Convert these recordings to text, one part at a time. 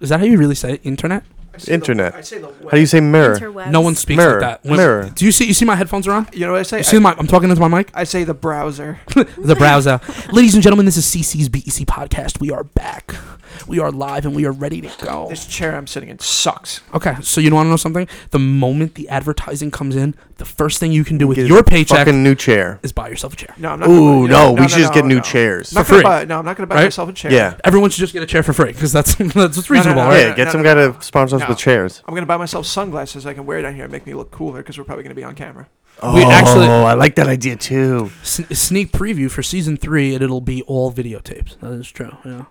Is that how you really say internet? Internet. I say the How do you say mirror? Interwebs. No one speaks Mirror. like that. Mirror. Do you see? You see my headphones are on. You know what I say? You see I, my? I'm talking into my mic. I say the browser. the browser. Ladies and gentlemen, this is CC's BEC E podcast. We are back. We are live and we are ready to go. This chair I'm sitting in sucks. Okay, so you want to know something? The moment the advertising comes in, the first thing you can do with Get your a paycheck Fucking new chair. is buy yourself a chair. No, I'm not. gonna- Ooh, no, we should just get new chairs. I'm not For gonna free. Buy, no, I'm not going to buy Right? myself a chair. Yeah. Everyone should just get a chair for free because that's that's what's reasonable, no, right? no, Yeah, no, get no, some no, guy to sponsor us No. with chairs. I'm going to buy myself sunglasses I can wear down here and make me look cooler because we're probably going to be on camera. We Oh. actually- Oh, I like that idea too. S- sneak preview for season three, and it'll be all videotapes. That is true. Yeah,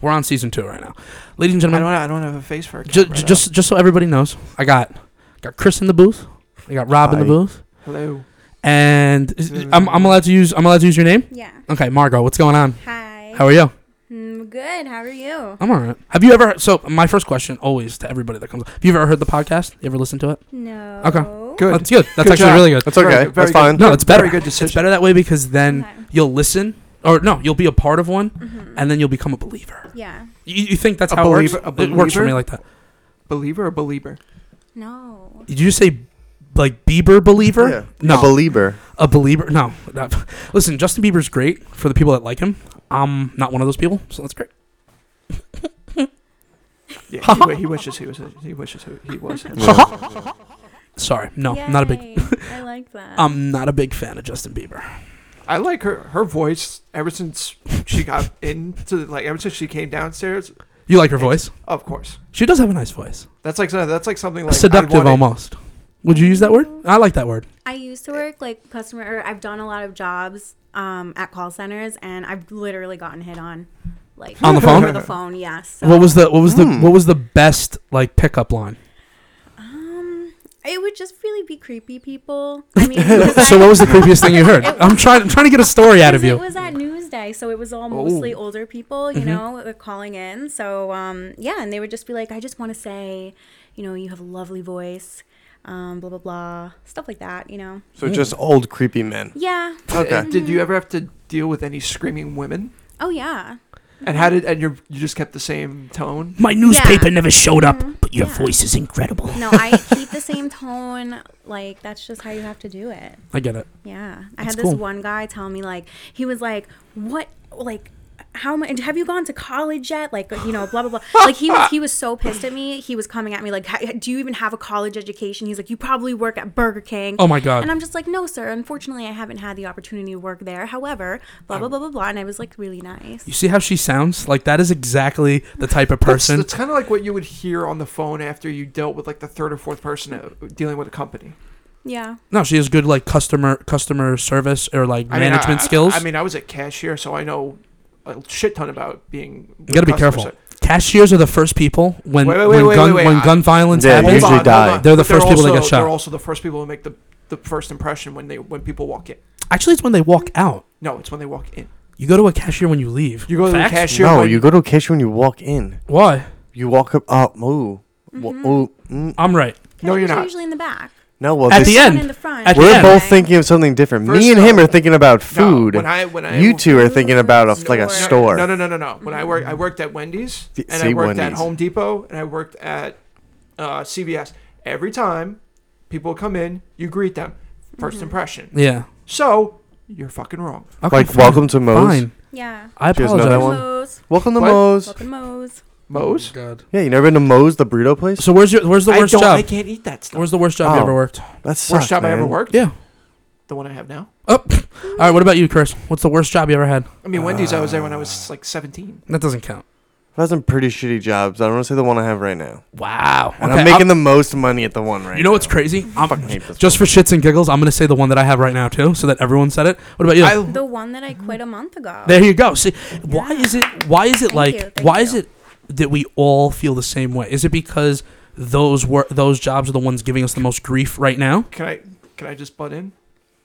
we're on season two right now, ladies and I don't, gentlemen. I don't have a face for a Ju- camera. ju- though. just just so everybody knows, I got got Chris in the booth. I got Rob in the Hi. booth, Hello. and is- I'm, I'm allowed to use I'm allowed to use your name. Yeah. Okay, Margot, what's going on? Hi. How are Oh, you? Mm, good. How are you? I'm all right. Have you ever? So my first question, always to everybody that comes, have you ever heard the podcast? You ever listened to it? No. Good. That's good. That's Good actually job. really good. That's Very okay. good, very That's good. fine. No, it's better. Very good It's decision. better that way because then Okay. you'll listen, or no, you'll be a part of one, Mhm. and then you'll become a believer. yeah. You, you think that's A how believer- it a works? It works for believer? me like that. Believer or believer? No. Did you say like Bieber believer? Yeah. No, A believer. a believer. No, not- listen, Justin Bieber's great for the people that like him. I'm not one of those people, so that's great. Yeah, he, wi- he wishes he was. A, he wishes he, he was. him. Sorry, no, I'm not a big. Um, Yay. I like that. I'm not a big fan of Justin Bieber. I like her. Her voice ever since she got into like ever since she came downstairs. You like her voice? Of course, She does have a nice voice. that's like some- that's like something like I'd Seductive wanna- almost. Would you use that word? I like that word. I used to work like customer. Or I've done a lot of jobs um, at call centers, and I've literally gotten hit on, like On the phone? Over the phone, yes. What was the what was the Hmm. what was the best like pickup line? Um, it would just really be creepy people. I mean, because So I- what was the creepiest thing you heard? I'm trying I'm trying to get a story out of Because you. Mm-hmm. It was at Newsday, so it was all mostly older people, you know, uh, calling in. So um, yeah, and they would just be like, "I just want to say, you know, you have a lovely voice." Um, blah blah blah stuff like that you know So just old creepy men. yeah Okay. Did you ever have to deal with any screaming women? oh yeah And how did and you you just kept the same tone? My newspaper never showed up, but your Mm-hmm. Yeah. voice is incredible. no i keep the same tone like that's just how you have to do it I get it. Yeah. I That's had this cool. one guy tell me like he was like, "What like how much have you gone to college yet? Like, you know, blah blah blah. Like he was he was so pissed at me. He was coming at me like, "Ha- "Do you even have a college education?" He's like, "You probably work at Burger King." Oh my God. And I'm just like, "No, sir. Unfortunately, I haven't had the opportunity to work there. However, blah blah blah blah blah." And I was like, really nice. You see how she sounds? Like that is exactly the type of person. It's kind of like what you would hear on the phone after you dealt with like the third or fourth person uh, dealing with a company. Yeah. no, she has good like customer customer service or like I mean, management I- skills. I mean, I was a cashier, so I know a shit ton about being. you gotta be customer careful. ser- Cashiers are the first people when Wait, wait, when wait, gun wait, wait, when I- gun violence Yeah, happens. usually Hold on, die. hold on. They're the But they're first people that also- get shot. They're also the first people who make the the first impression when they when people walk in. Actually, it's when they walk out. No, it's when they walk in. You go to a cashier when you leave. You go to Facts? the cashier. No, when- you go to a kitchen when you walk in. Why? You walk up. Oh, ooh. Well, Mm-hmm. ooh, mm. I'm right. No, you're Cashier's not. Usually in the back. No, well, At this- the One end. in the front. At the we're end. both thinking of something different. First Me and him off- are thinking about No, food. when I when I you two are thinking about a, like a No, store. No, no, no, no, no. When I worked, I worked at Wendy's See- and see, I worked at Wendy's. Home Depot and I worked at uh, CVS. Every time people come in, you greet them. 1st Mm-hmm. impression. Yeah. So you're fucking wrong. Okay, Like, fine. welcome to Moe's. Fine. Yeah. I She doesn't know apologize. that one. Moe's. Welcome to What? Moe's. Welcome Moe's. Moe's. God. Yeah, you never been to Moe's, the burrito place? So where's your where's the I worst don't. I job? can't eat that stuff. Where's the worst job you Oh. ever worked? That's sucks, Worst job I ever man. worked. Yeah. The one I have now. Oh. All right. What about you, Chris? What's the worst job you ever had? I mean, Wendy's. I was there when I was Ah. like 17. That doesn't count. I've had some pretty shitty jobs. I don't want to say the one I have right now. Wow. And I'm making the most money at the one right You know what's now. crazy? I I'm, fucking hate this. just for shits and giggles, I'm gonna say the one that I have right now too, so that everyone said it. What about you? I, The one that I quit a month ago. there you go. See, why is it? Why is it Thank like? you, thank why is you. it that we all feel the same way? Is it because those were those jobs are the ones giving us the most grief right now? can I can I just butt in?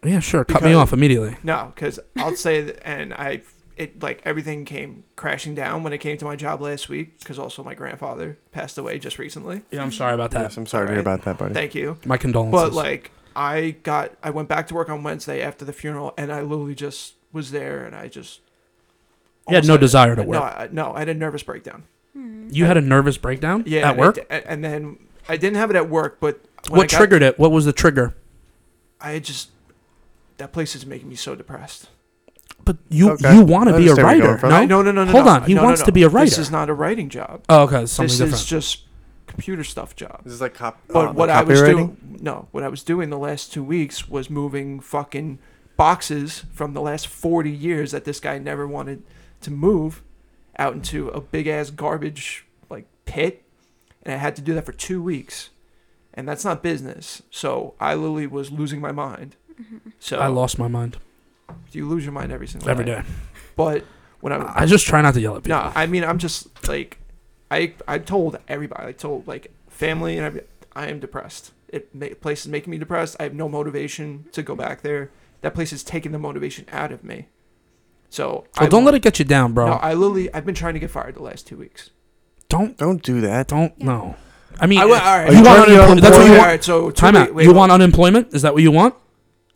Yeah, sure. Cut me Because- off immediately. No, because I'll say that, and I it like everything came crashing down when it came to my job last week because also my grandfather passed away just recently. Yeah, I'm sorry about that. Yes, I'm sorry to hear about that, buddy. Thank you. My condolences. But like I got I went back to work on Wednesday after the funeral and I literally just was there and I just You had almost no desire to No, work. I, no, I had a nervous breakdown. You had a nervous breakdown Yeah. at and I work. d- and, then I didn't have it at work, but when I What got- triggered it? What was the trigger? I just that place is making me so depressed. But you Okay. you want to Oh, I be a understand where you're writer? going from. No? I- no, no, no, no. Hold no, on, he no, no, wants no. to be a writer. This is not a writing job. oh, okay, something this different. is just computer stuff job. This is like cop. But uh, what I was copywriting? doing, no, what I was doing the last two weeks was moving fucking boxes from the last 40 years that this guy never wanted to move out into a big ass garbage like pit, and I had to do that for two weeks, and that's not business. So I literally was losing my mind. So I lost my mind you lose your mind every single every night. day. But when I I just try not to yell at people. no, I mean I'm just like, I I told everybody, I told like family and every, I am depressed. It ma- place is making me depressed. I have no motivation to go back there. That place is taking the motivation out of me. So Well, I don't let won't- it get you down, bro. No, I literally I've been trying to get fired the last two weeks. don't Don't do that. don't Yeah. no. I mean, I went, all right. you want Are you unemployment? That's what you all want. right, so two Time week- out. wait, you wait. want unemployment? Is that what you want?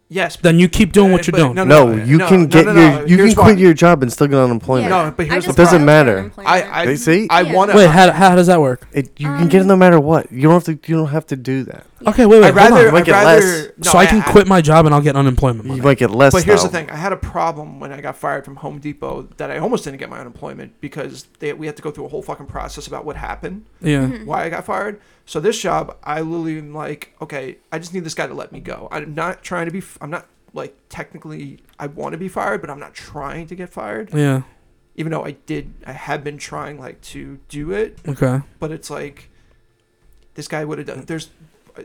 yes. Then you keep doing what uh, you're but- doing. no, No, you no, can no, get no, no, your. You here's can quit why. your job and still get unemployment. No, but here's I the just problem. Doesn't matter. I, I They see? I Yeah. want to Wait, how, how does that work? It, you Um, can get it no matter what. You don't have to. You don't have to do that. Okay, wait, wait. I'd hold rather, on. might I'd get less. rather no, so I, can quit my job and I'll get unemployment You money. might get less. But here's the though. thing: I had a problem when I got fired from Home Depot that I almost didn't get my unemployment because they, we had to go through a whole fucking process about what happened, Yeah. why I got fired. So this job, I literally am like, okay, I just need this guy to let me go. I'm not trying to be. f- I'm not like technically I want to be fired, but I'm not trying to get fired. Yeah. Even though I did, I have been trying like to do it, Okay. but it's like this guy would have done. There's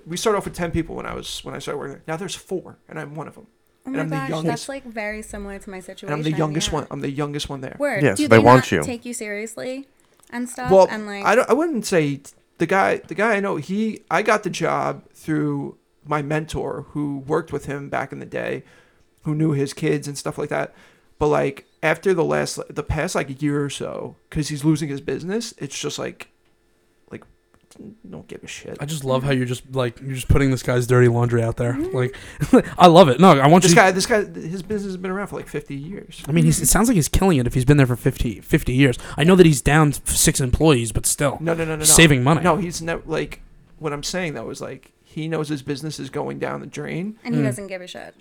we started off with ten people when I was when I started working. there. Now there's four, and I'm one of them. And Oh my I'm the gosh, youngest. that's like very similar to my situation. And I'm the youngest yeah. one. I'm the youngest one there. Word. Yeah, Do so they they want not you. Take you seriously, and stuff. Well, and like, I don't. I wouldn't say the guy. The guy I know. He. I got the job through my mentor who worked with him back in the day, who knew his kids and stuff like that. But like after the last, the past like year or so, because he's losing his business, it's just like, like, don't give a shit. I just love how you're just like you're just putting this guy's dirty laundry out there. Like, I love it. No, I want you. Mm-hmm. This to- guy. Mm-hmm. This guy. His business has been around for like 50 years. I mean, he's, it sounds like he's killing it if he's been there for 50, 50 years. I know that he's down f- six employees, but still. No, no, no, no, no. Saving money. No, he's never like. What I'm saying though is like he knows his business is going down the drain. and he Mm. doesn't give a shit.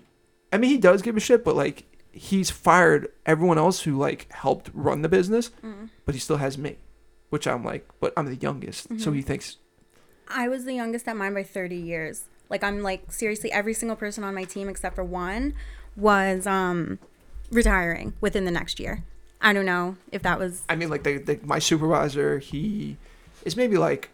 I mean, he does give a shit, but like he's fired everyone else who like helped run the business, Mm. but he still has me, which I'm like, but I'm the youngest, so he thinks I was the youngest at mine by 30 years. Like I'm like seriously every single person on my team except for one was um retiring within the next year. I don't know if that was I mean, like the, the my supervisor, he is maybe like,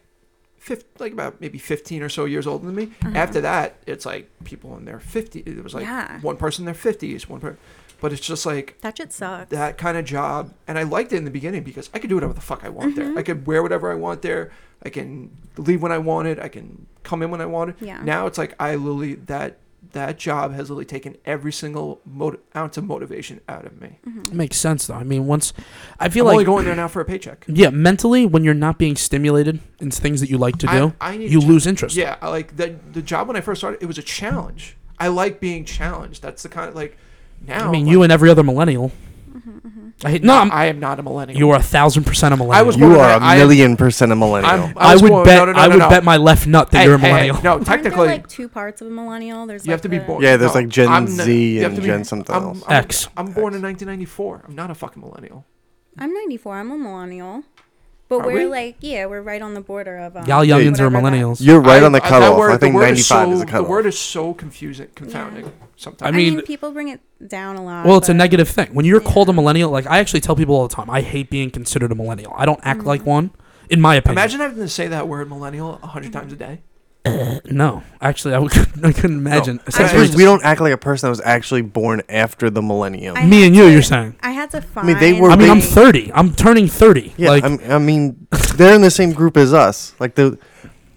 fif like about maybe fifteen or so years older than me. After that, it's like people in their fifty. It was like Yeah. one person in their fifties, one per, but it's just like that shit sucks. that kind of job. And I liked it in the beginning because I could do whatever the fuck I want Mm-hmm. there. I could wear whatever I want there. I can leave when I wanted. I can come in when I wanted. Yeah. Now it's like I literally that that job has literally taken every single mot- ounce of motivation out of Mm-hmm. me. It makes sense, though. I mean, once. I I'm feel only like. going there now for a paycheck. yeah, mentally, when you're not being stimulated in things that you like to I- do, I need you to- lose interest. Yeah, I like the the job when I first started, it was a challenge. I like being challenged. That's the kind of like now. I mean, like, you and every other millennial. Mm-hmm, I hate. No, I'm, I am not a millennial. you are a thousand percent a millennial. I was- You Well, are I- I- a million percent a millennial. I'm, I was would born- bet. no, no, no, I no, would no. bet my left nut that Hey, you're a hey, hey, millennial. no, Aren't there, technically, like two parts of a millennial. There's You like uh, have to be the- born. Yeah, there's, like, Gen I'm Z you have and to Gen something I'm, else. I'm, X. I'm born in 1994. I'm not a fucking millennial. I'm 94. I'm a millennial, but Are we're we? like yeah, we're right on the border of um, Y'all youngins are whatever that- millennials. You're right I- on the that cutoff. word- I the think word 95 so, is the cutoff. The word is so confusing, confounding sometimes. I I mean- mean, people bring it down a lot. Well, it's a but- negative thing. When you're Yeah. called a millennial, like I actually tell people all the time, I hate being considered a millennial. I don't act Mm-hmm. like one, in my opinion. imagine having to say that word millennial a 100 times a day. No, actually, I, would, I couldn't imagine. That's Essentially, I- because we don't act like a person that was actually born after the millennium. I me and had you, to- you're saying. I had to find. mean, they were I mean, I'm big- 30. I'm turning 30. yeah, like, I'm, I mean, they're in the same group as us. Like the,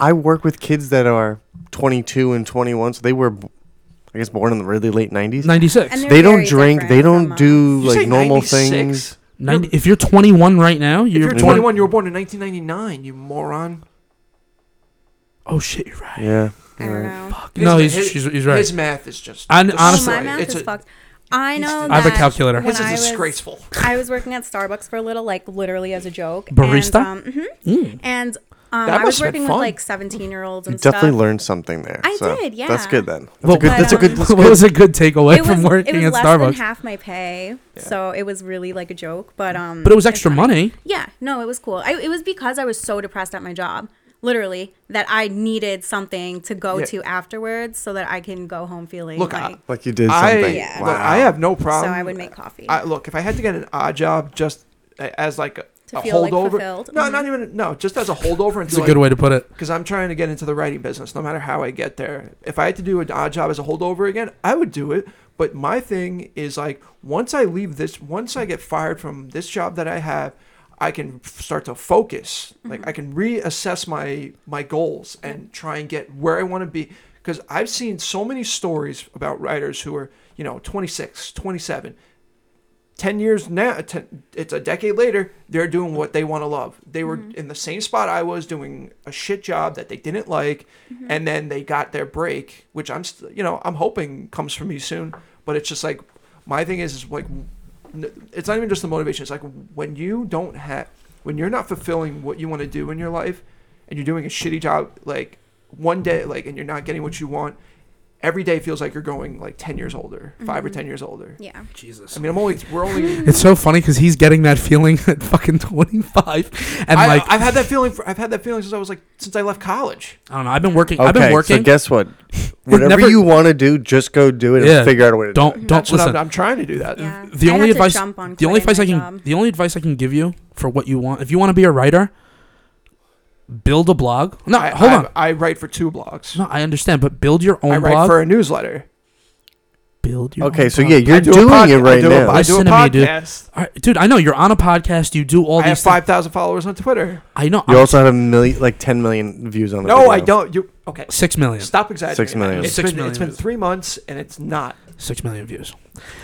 I work with kids that are 22 and 21, so they were, b- I guess, born in the really late 90s. 96. And They They're don't very drink. They different don't from us. do Did you say like normal 96? things. 90, if you're 21 right now, If you're, you're 21, you were born in 1999. You moron. Oh shit, you're right. Yeah. I you're don't right. know. Fuck. No, His- he's his- she's, he's right. His math is just. And just honestly- oh, my like- math it's is a- fucked. I know. I have a that calculator. when This is I was- disgraceful. I was working at Starbucks for a little, like literally as a joke. Barista? Mm. And, um, mhm. and um, That I must was have been working with fun. like 17 year olds and You definitely stuff. learned something there. I so did, That's yeah. good then. That's Well, a good. That's a good. What was a good takeaway It was, from working it was at less Starbucks? than half my pay, so it was really like a joke. But um, but it was it's extra fine. money. Yeah, no, it was cool. I, it was because I was so depressed at my job, literally, that I needed something to go Yeah. to afterwards so that I can go home feeling Look, I- like. Like you did I, something. Yeah. look, I have no problem. um, so I would make coffee. I, look, if I had to get an odd job just a- as like a, To a feel, like, holdover, fulfilled. no, Mhm. not even no, just as a holdover. It's a good way to put it. because I'm trying to get into the writing business. No matter how I get there, if I had to do an odd job as a holdover again, I would do it. But my thing is like once I leave this, once I get fired from this job that I have, I can f- start to focus. Like Mm-hmm. I can reassess my my goals and try and get where I want to be. Because I've seen so many stories about writers who are you know 26, 27, 10 years now ten, it's a decade later they're doing what they want to love they were in the same spot i was doing a shit job that they didn't like and then they got their break which i'm st- you know i'm hoping comes for me soon but it's just like my thing is is like n- it's not even just the motivation it's like when you don't have when you're not fulfilling what you want to do in your life and you're doing a shitty job like one day like and you're not getting what you want every day feels like you're going like 10 years older 5 or 10 years older yeah. Jesus. I mean, I'm only we're only It's so funny because he's getting that feeling at fucking 25, and I, like I've had that feeling. For, I've had that feeling since I was like since I left college. I don't know. I've been working. I've been Okay. working. So guess what? Whatever never- you want to do, just go do it Yeah. and figure out a way to do don't don't That's what listen. I'm, I'm trying to do that. Yeah. uh, the I only had to advice jump on the only quitting advice my I can job. the only advice I can give you for what you want if you want to be a writer, build a blog. No, I, hold I, on. I write for two blogs. No, I understand, but build your own I write blog. for a newsletter. build your Okay, own so blog. yeah, you're I do a doing pod- it I right do a- now. I do a Listen to me, dude. podcast. All right, dude. I know you're on a podcast. You do all I have these. five thousand followers on Twitter. thi- I know. You I'm also have a million, like ten million views on the No, video. I don't. You okay? six million. Stop exaggerating. Six million. It's Six been, It's million. been three months and it's not Six million views.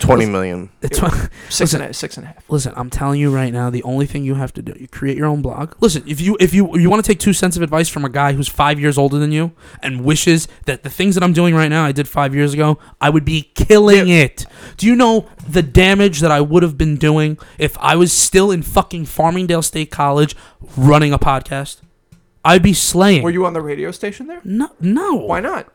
Twenty million. It's six and a, six and a half. Listen, I'm telling you right now, the only thing you have to do, you create your own blog. Listen, if you if you you want to take two cents of advice from a guy who's five years older than you and wishes that the things that I'm doing right now I did five years ago, I would be killing it. Do you know the damage that I would have been doing if I was still in fucking Farmingdale State College running a podcast? I'd be slaying. Were you on the radio station there? no, no. Why not?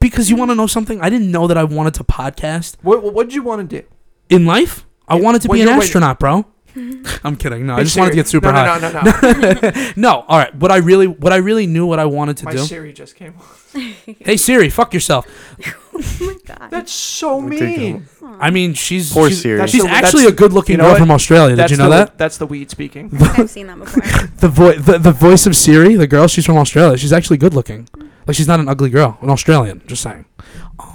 Because you want to know something? I didn't know that I wanted to podcast What What what did you want to do? in life. I wanted to When be an you're- when- astronaut, bro. I'm kidding. No, I Hey, just wanted to Siri- get super no, high. No, no, no, no. No, all right. What I really, what I really knew, what I wanted to My do. Siri just came. on. hey Siri, fuck yourself. Oh my God. That's so Ridiculous. mean. I mean, she's Poor she's, Siri. she's That's the- actually a that's- good-looking you know girl what? from Australia. Did you know the, that? That's the weed speaking. I've seen that before. The voice, the, the voice of Siri, the girl. She's from Australia. She's actually good-looking. Like she's not an ugly girl, an Australian. Just saying.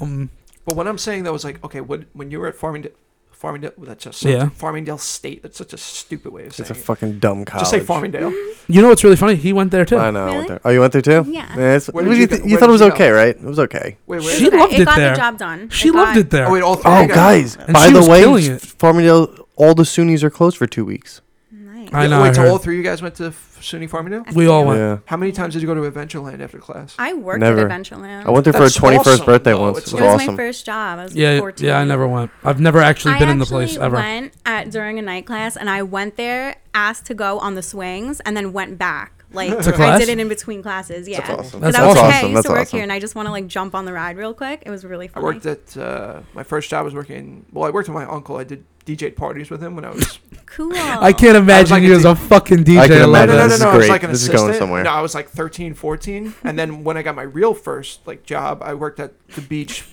Um, But what I'm saying though is like, okay, what, when you were at Farmingdale, Farmingdale, well, that's just Yeah. Farmingdale State. That's such a stupid way of saying It's a it. fucking dumb college. Just say Farmingdale. you know what's really funny? He went there too. I know. I Really? went there. Oh, you went there too? Yeah. it's- Where did what did you you go- thi- you where thought did it was you go? okay, right? It was okay. Wait, wait. She Okay, loved it it got there. the job done. She It loved got- it there. oh wait, all three. Oh, guys. guys. And by she the was way, killing it. Farmingdale, all the SUNYs are closed for two weeks. Nice. I Yeah, know. I Wait, so all heard. three of you guys went to F- SUNY Farmingdale? We all went. Yeah. How many times did you go to Adventureland after class? I worked Never. at Adventureland. I went there for a That's 21st awesome, birthday though. once. It's It it was was awesome. my first job. I was Yeah, 14. yeah. I never went. I've never actually I been in the place actually ever. went at during a night class, and I went there, asked to go on the swings, and then went back. Like To I class? did it in between classes. Yeah, That's awesome. 'Cause That's I was awesome. like, hey, I used That's to work awesome. here, and I just want to like jump on the ride real quick. It was really I fun. worked at uh, my first job was working. Well, I worked with my uncle. I did DJ parties with him when I was. cool. I can't imagine like a you as D- a fucking DJ. I can love imagine that. no, this is I was great. like an This is assistant. going somewhere. No, I was like 13, 14, and then when I got my real first like job, I worked at the beach.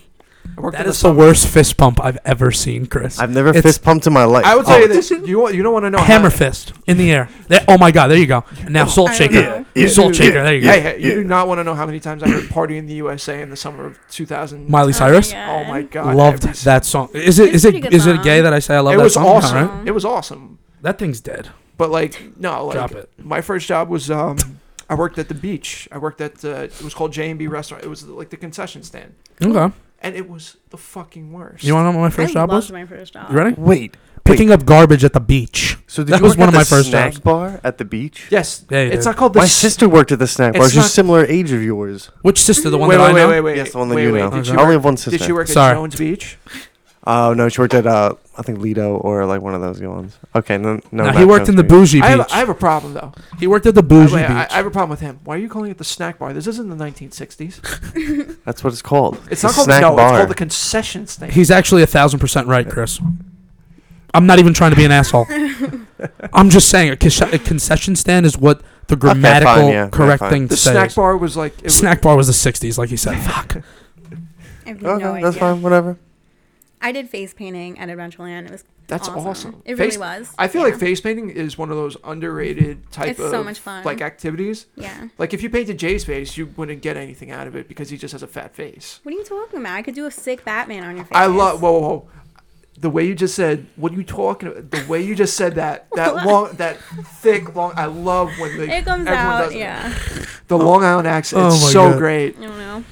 I worked at That is the worst fist pump I've ever seen, Chris. I've never It's- fist pumped in my life. I will tell Oh, you this: you wa- you don't want to know. how- Hammer fist in the air. There- oh my god, there you go. And now salt I shaker. don't know. Yeah, salt yeah, shaker, there you go. Hey, hey, you do not want to know how many times I heard "Party in the USA" in the summer of 2000. Miley Oh my Cyrus. God. oh my god, Loved every- that song. Is it It's is a it pretty is good it gay song. that I say I love It that was song? awesome. Alright. It was awesome. That thing's dead. But like, no, like Drop it. my first job was um, I worked at the beach. I worked at uh, it was called J and B Restaurant. It was like the concession stand, Okay. and it was the fucking worst. You want to know what my first I job loved was? my first job. You ready? Wait. Picking up garbage at the beach. So did that you was work one at of my the first snack jobs. bar at the beach? Yes, Yeah, you it's did. not called the. My s- sister worked at the snack bar. It's She's not- similar age of yours. Which sister? The one wait, that wait, I know. wait, wait, wait. Yes, the one that wait, you wait, know. Did Okay. you I only work, have one did sister. you work at Sorry. Jones Beach? Oh no, she worked at uh, I think Lido or like one of those good ones. Okay, no, no. now not he worked Jones in the Beach. bougie I have, beach. I have a problem though. he worked at the I, bougie wait, beach. I, I have a problem with him. Why are you calling it the snack bar? This isn't the 1960s. That's what it's called. It's a not called snack no. It's bar. called the concession stand. He's actually a thousand percent right, Chris. I'm not even trying to be an asshole. I'm just saying a, conce- a concession stand is what the fine, grammatical yeah, yeah, correct fine. thing to the say. snack is. bar was like it snack bar was the '60s, like you said. Fuck. I have Okay, no idea. that's fine. Whatever. I did face painting at Adventureland. It Was, was that's awesome. It Face- really was. I feel yeah. like face painting is one of those underrated type It's of so much fun. like activities. yeah. Like if you painted Jay's face, you wouldn't get anything out of it because he just has a fat face. What are you talking about? I could do a sick Batman on your face. I love whoa, whoa whoa. The way you just said, what are you talking about? The way you just said that, that What? long, that thick long. I love when the It comes everyone out. does it. Yeah. The Long Island accent Oh is my so God. great. I don't know.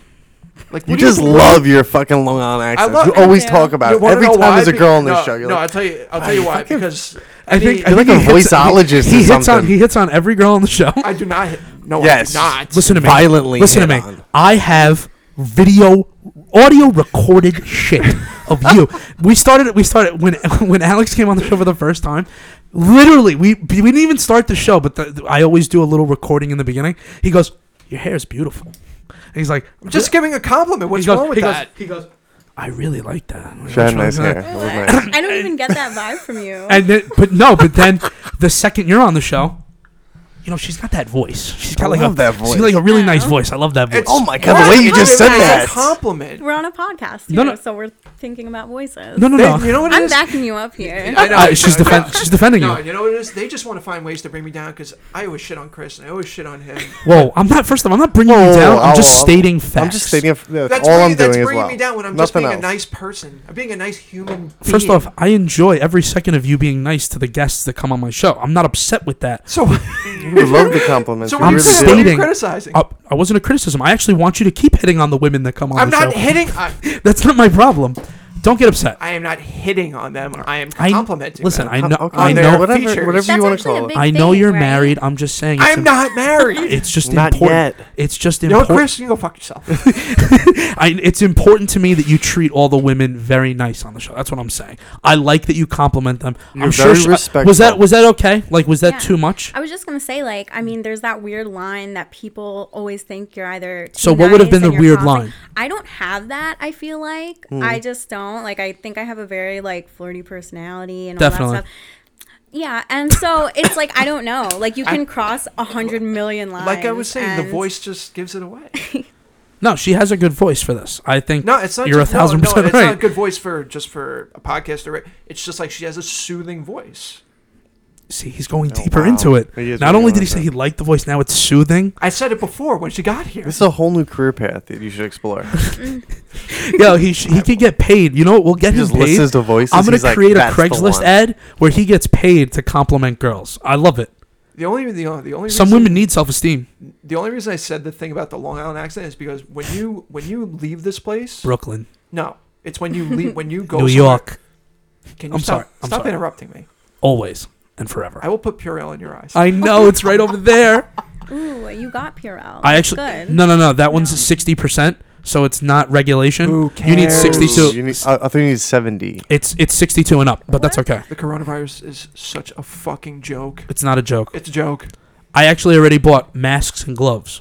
Like You what do just believe? love your fucking Long Island accent. love- you always Yeah. talk about You it. wanna Every know time why? there's a Be- girl on this no, show, you're no, I'll like, tell you. I'll tell you why. Because I think. I any- think like he a hits, voiceologist He, he or hits on. something. He hits on every girl on the show. I do not. No, Yes. I do not. Listen to me. Violently Listen to me. hit on. I have video, audio recorded shit of you. We started. We started when when Alex came on the show for the first time. Literally, we we didn't even start the show, but the, I always do a little recording in the beginning. He goes, "Your hair is beautiful." And he's like, I'm just giving a compliment. he What's goes, wrong with he that? Goes, he goes, "I really like that." she had What's nice wrong with hair. that? It was nice. I don't even get that vibe from you. And then, but no, but then the second you're on the show, you know she's got that voice. She's got I like love a that she's got like a really Yeah. nice voice. I love that voice. It's- Oh my god, Why the way am you I just said giving it that. As a compliment. We're on a podcast, you No, know, no. so we're thinking about voices. no, no, They- no. you know what it I'm is? backing you up here. I know. Uh, she's no, defen- she's defending No, you. you know what it is? They just want to find ways to bring me down because I always shit on Chris and I always shit on him. Whoa, I'm not. First of all, I'm not bringing Whoa, you whoa, down. whoa, I'm just whoa, whoa. stating facts. oh, I'm just stating a, that's, That's all bringing, I'm doing that's is bringing well. me down when I'm Nothing just being else. a nice person. I'm being a nice human. First being. off, I enjoy every second of you being nice to the guests that come on my show. I'm not upset with that. so You love the compliments. so you what are you I'm really criti- do. what are you stating- criticizing? I, Uh, I wasn't a criticism. I actually want you to keep hitting on the women that come on I'm the not show. hitting. I, That's not my problem. Don't get upset. I am not hitting on them. I am I- complimenting. listen, them. I know. Okay, I on their know. whatever, features. whatever That's you want to actually a call it. big I know thing, you're right? married. I'm just saying. It's I'm im- not married. It's just Not important. yet. It's just You know, what, important. Chris, you can go fuck yourself. I, it's important to me that you treat all the women very nice on the show. That's what I'm saying. I like that you compliment them. You're I'm very she- uh, Was that respectful. was that okay? Like, was that Yeah. too much? I was just gonna say, like, I mean, there's that weird line that people always think you're either. too So what would have been nice and the you're weird causing- line? Hmm. I don't have that. I feel like I just don't like. I think I have a very like flirty personality and all Definitely. that stuff. Yeah, and so it's like I don't know. Like you can cross a hundred million lines. like I was saying, the and- voice just gives it away. No, she has a good voice for this. I think. No, it's not. You're just, a thousand no, no, percent It's right. not a good voice for just for a podcast or it's just like she has a soothing voice. See, he's going Oh, deeper wow. into it. He is Not really only going did he say he into liked the voice, now it's soothing. I said it before when she got here. This is a whole new career path that you should explore. He Yo, he sh- he could get paid. You know what? We'll get him just paid. listens to voices. I'm gonna he's like, create a "That's the Craigslist one." ad where he gets paid to compliment girls. I love it. The only the only, the only Some reason, women need self-esteem. The only reason I said the thing about the Long Island accent is because when you when you leave this place, Brooklyn, no, it's when you leave when you go New somewhere- York, Can you I'm stop, sorry, I'm stop sorry. interrupting me. always and forever. I will put Purell in your eyes. I know it's right over there. Ooh, you got Purell. I That's actually good. no no no that one's sixty percent, so it's not regulation. Who You need cares? Ooh, sixty-two. you need- I, I think you need 70. It's it's sixty-two and up, but that's What? okay. the coronavirus is such a fucking joke. It's not a joke. It's a joke. I actually already bought masks and gloves.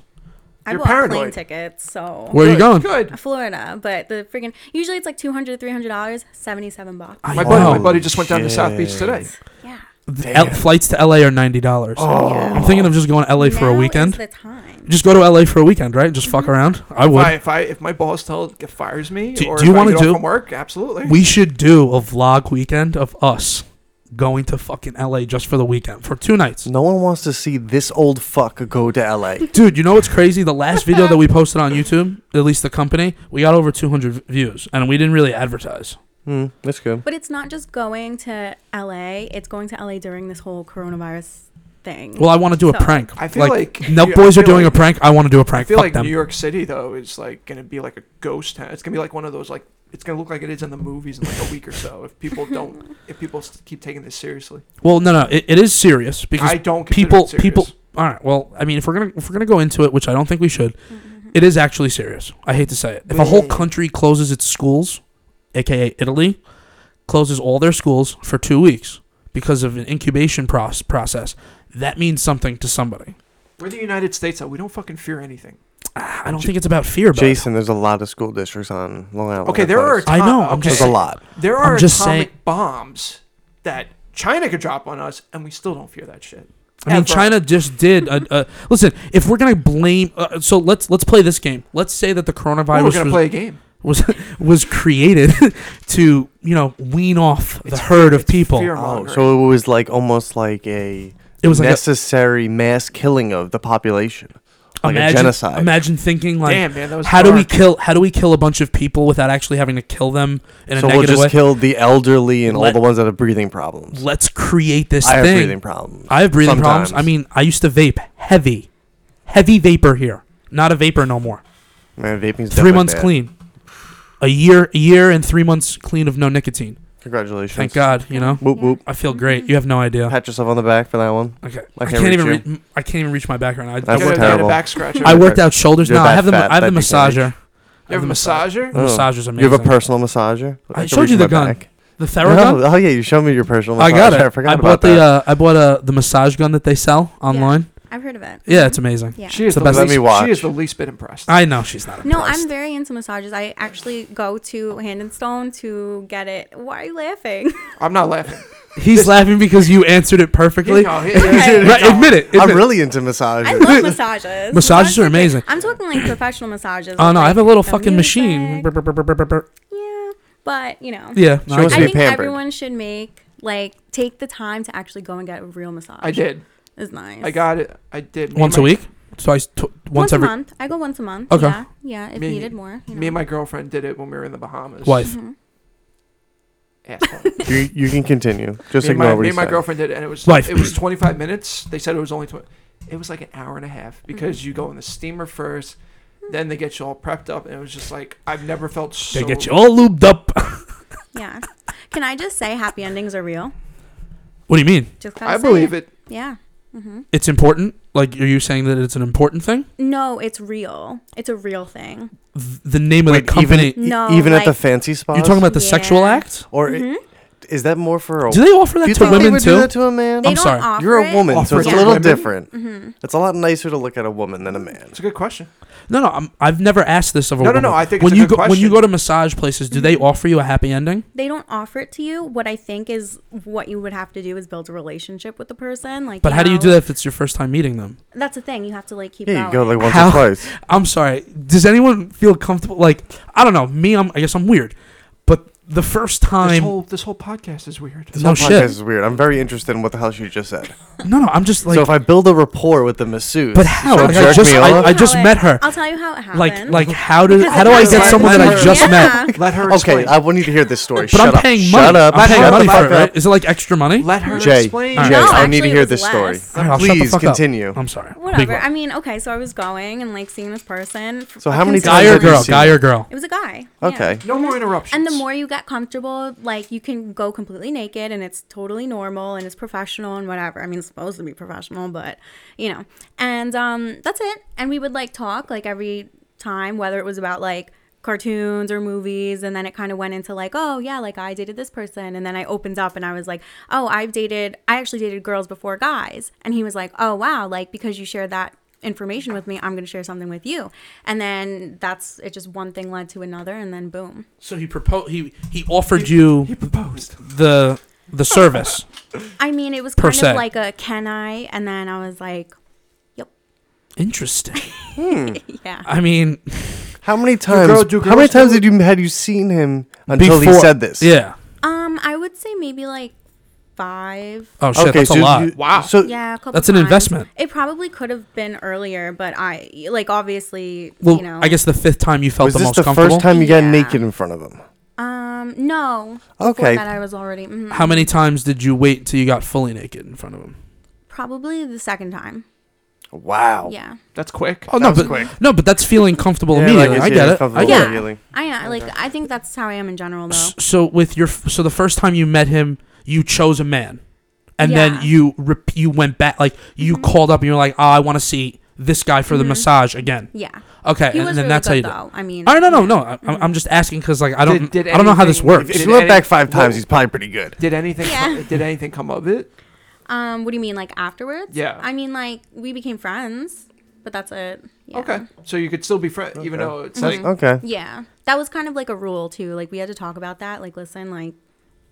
I You're bought plane paranoid. tickets, so Where are you Good, going? Good. Florida, but the freaking usually it's like 200 300 dollars, 77 bucks. I My buddy, my know. buddy just went down to South Beach Shit. today. Yeah. The L- flights to LA are ninety dollars. I'm thinking of just going to LA for a Now weekend. Is the Mm-hmm. time. Just go to LA for a weekend, right? Just fuck around. I If I, would. if I if my boss tell get fires me Do- or do you if I wanna get off do- from work, absolutely. We should do a vlog weekend of us going to fucking LA just for the weekend for two nights. No one wants to see this old fuck go to LA. Dude, you know what's crazy? The last video that we posted on YouTube, at least the company, we got over 200 views, and we didn't really advertise. Hmm, that's good. But it's not just going to LA, it's going to LA during this whole coronavirus thing. Well, I want to do a So- prank. I feel like- no yeah, I boys are feel doing like- a prank. I want to do a I prank. feel Fuck like them. New York City though is like gonna be like a ghost town. It's gonna be like one of those like it's gonna look like it is in the movies in like a week or so if people don't if people s- keep taking this seriously. well, no, no, it, it is serious because I don't consider people, it serious. people. All right. Well, I mean, if we're gonna if we're gonna go into it, which I don't think we should, Mm-hmm. it is actually serious. I hate to say it. If a whole Mm. country closes its schools, aka Italy, closes all their schools for two weeks because of an incubation pros- process, that means something to somebody. We're the United States, though. We don't fucking fear anything. I don't think it's about fear, but Jason, there's a lot of school districts on Long Island. Okay, Oh, that there are. does. I know, atom- I'm okay. just- There's a lot. There I'm are just atomic saying- bombs that China could drop on us, and we still don't fear that shit. I mean, Ever. China just did. A, a, listen, if we're gonna blame, uh, so let's let's play this game. Let's say that the Ooh, we're coronavirus gonna was, play a game. was was created to you know wean off the It's herd of it's people. Oh, fear-mongering. so it was like almost like a It was like a, necessary mass killing of the population, like imagine, a genocide. Imagine thinking like, Damn, man, that was how do we dark. kill? How do we kill a bunch of people without actually having to kill them in a so we'll negative just way? kill the elderly and all Let- the ones that have breathing problems. Let's create this I have thing. breathing problems. I have breathing problems. I Sometimes. mean, I used to vape heavy, heavy vapor here. Not a vapor no more. man, vaping's three definitely months bad. clean a year a year and three months clean of no nicotine Congratulations. thank god you know Whoop whoop. i feel great you have no idea Pat yourself on the back for that one. okay i I can't, can't reach even you. re- m- i can't even reach my back right now i, That's You I, gotta worked, get out, terrible. A back scratcher. I worked out shoulders You're no i that have the fat, i have the that you can't reach. massager You have a The massage. massager. the Oh. massager's amazing You have a personal massager. I can showed reach you the my gun. back. the Oh, theragun oh, yeah, you showed me your personal i massager. got it I forgot bought about the that. uh, i bought uh, the massage gun that they sell online I've heard of it. yeah, it's amazing Yeah. She is It's the the, best- Let me least. watch. She is the least bit impressed. i know she's not No, impressed. I'm very into massages. I actually go to Hand and Stone to get it. Why are you laughing? I'm not laughing. he's laughing because you answered it perfectly You know, he- he- right, admit it admit I'm it. really into massages. I love massages. Massages are great. amazing. I'm talking like professional massages. oh no i have a little the fucking machine music. Brr, brr, brr, brr, brr, brr. Yeah, but you know, yeah no, She I get wants I to it. be think pampered. everyone should make like take the time to actually go and get a real massage. I did. It's nice. I got it. I did. Me once a and my- week twice t- once, once, every a month. I go once a month. Okay. Yeah, yeah. If Me- needed more. You know. Mm-hmm. Me and my girlfriend did it when we were in the Bahamas. wife Asshole. you, you can continue. Just me and, my, ignore what me he and my said. girlfriend did, it, and it was Wife. it was 25 minutes. They said it was only 20. It was like an hour and a half Mm-hmm. because you go in the steamer first, then they get you all prepped up, and it was just like I've never felt so. they get you all lubed up Yeah. Can I just say happy endings are real? what do you mean Just gotta I say believe it. Yeah. hmm it's important like are you saying that it's an important thing No, it's real. It's a real thing. Th- the name of Wait, the company even, e-, No, even at the like- fancy spas. you're talking about the sexual Yeah. act or i- Mhm. is that more for a? do they offer that you to think they women would too do that to a man? They I'm don't sorry. Offer You're a it. woman, so Offer it's it a to little women? different. hmm It's a lot nicer to look at a woman than a man. It's a good question. no no I'm, i've never asked this of a No, no, woman no, I think it's when a you good go when you question. go to massage places do Mm-hmm. they offer you a happy ending They don't offer it to you. What I think is what you would have to do is build a relationship with the person. Like, but how do you know, do that if it's your first time meeting them That's the thing. You have to like keep. Yeah, you go going. like once How- or twice. i'm sorry does anyone feel comfortable like i don't know me i'm i guess i'm weird but the first This time whole this whole podcast is weird. This No whole shit. podcast is weird. I'm very interested in what the hell she just said. no no i'm just like so if I build a rapport with the masseuse, But how? she'll Like, I jerk just- me I- off? I- just how it- met her. I'll tell you how it happened. like like how does Because how do it I was get like- someone that I Yeah. just met Yeah. Let her okay, explain. I want you to hear this story. But Shut I'm up. paying Shut money. up. I'm paying Shut money the for it, fuck up. right? Is it like extra money? Let her Jay, explain. Jay, No, I need to actually, hear it was this story. less. All right, I'll shut the Please fuck up. continue. I'm sorry. Big Whatever. one. I mean, okay. So I was going and like seeing this person. So how many guy times or have you girl? seen Guy it? or girl? It was a guy. yeah. Okay. No more interruptions. And the more you get comfortable, like you can go completely naked and it's totally normal and it's professional and whatever. I mean, it's supposed to be professional, but you know. And um that's it. And we would like talk like every time whether it was about like cartoons or movies and then it kind of went into like, "Oh, yeah, like I dated this person." And then I opened up and I was like, "Oh, I've dated I actually dated girls before guys." And he was like, "Oh, wow, like because you shared that information with me, I'm going to share something with you." And then that's it just one thing led to another and then boom. So he proposed. He he offered you he proposed. the the service. I mean, it was Per kind se. of like a can I, and then I was like, Interesting. yeah. I mean, How many times? girl- do how many girls times do it? did you had you seen him until he before- said this? Yeah. Um, I would say maybe like five. Oh shit, that's a so lot. you- Wow. So Yeah, a couple. That's an times. investment. It probably could have been earlier, but I like obviously, Well, you know. I guess the fifth time you felt was the this most the comfortable. first time you got Yeah. naked in front of him? Um, no. Before Okay. That I was already mhm. How many times did you wait until you got fully naked in front of him? probably the second time. Wow. Yeah. That's quick. Oh no, but no, but that's feeling comfortable Yeah, immediately. like, I it's- get yeah, it. I comfortable. get Yeah. it. Really? I know. Like I think that's how I am in general, though. S- So with your f- so the first time you met him, you chose a man, and Yeah. Mm-hmm. then you rep- you went back like you called up and you're like, oh, I want to see this guy for the massage again. Yeah. Okay, He and was then really that's how you good do. it. though. Mm-hmm. I mean, I no no no. I, I'm I'm just asking because like I don't Did- did I don't know how this anything- works. If, if Did you look any- back five times, Whoa. he's probably pretty good. Did anything? Yeah. Did anything come of it? um, what do you mean, like afterwards? Yeah. I mean, like we became friends, but that's it. Yeah. Okay, so you could still be friends, even Okay. though it's That's- like okay. Yeah, that was kind of like a rule too. Like we had to talk about that. Like, listen, like,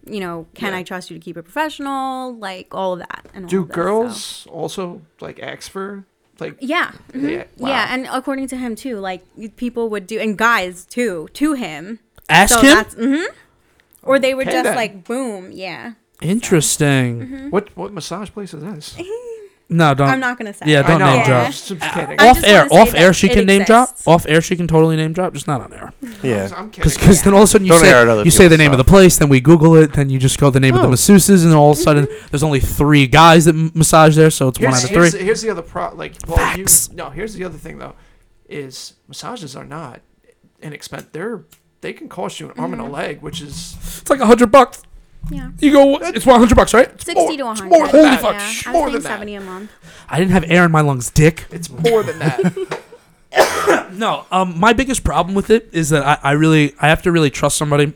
you know, can Yeah. I trust you to keep it professional? Like all of that. And all do of this, so- girls also like ask for like Yeah. mhm. Yeah, Yeah, wow. and according to him too, like people would do, and guys too, to him. Ask him. hmm Or they would Okay, just then. like boom, yeah. Interesting. what what massage place is this? No, Oh. don't. Mm-hmm. I'm not gonna say. Yeah, I don't know. name Yeah. drop. Just, just kidding. I Off just air, wanna say off air, that she it can name drop. exists. Off air, she can totally name drop, just not on air. Yeah. I'm kidding. Because then all of a sudden you Don't say air other you say the people's name of the stuff. place, then we Google it, then you just go the name of Oh. Mm-hmm. the masseuses, and all of a sudden there's only three guys that m- massage there, so it's one out here's, of here's, three. here's the other pro like well, you, Facts. no here's the other thing though is massages are not inexpensive they're they can cost you an arm and a leg which is It's like a hundred bucks. Yeah. You go, it's one hundred bucks, right? It's Sixty to more- one it's hundred. more- Holy fuck! Yeah. shit, I more was than paying that. seventy a month. I didn't have air in my lungs, dick. it's more than that No, um, my biggest problem with it is that I, I really I have to really trust somebody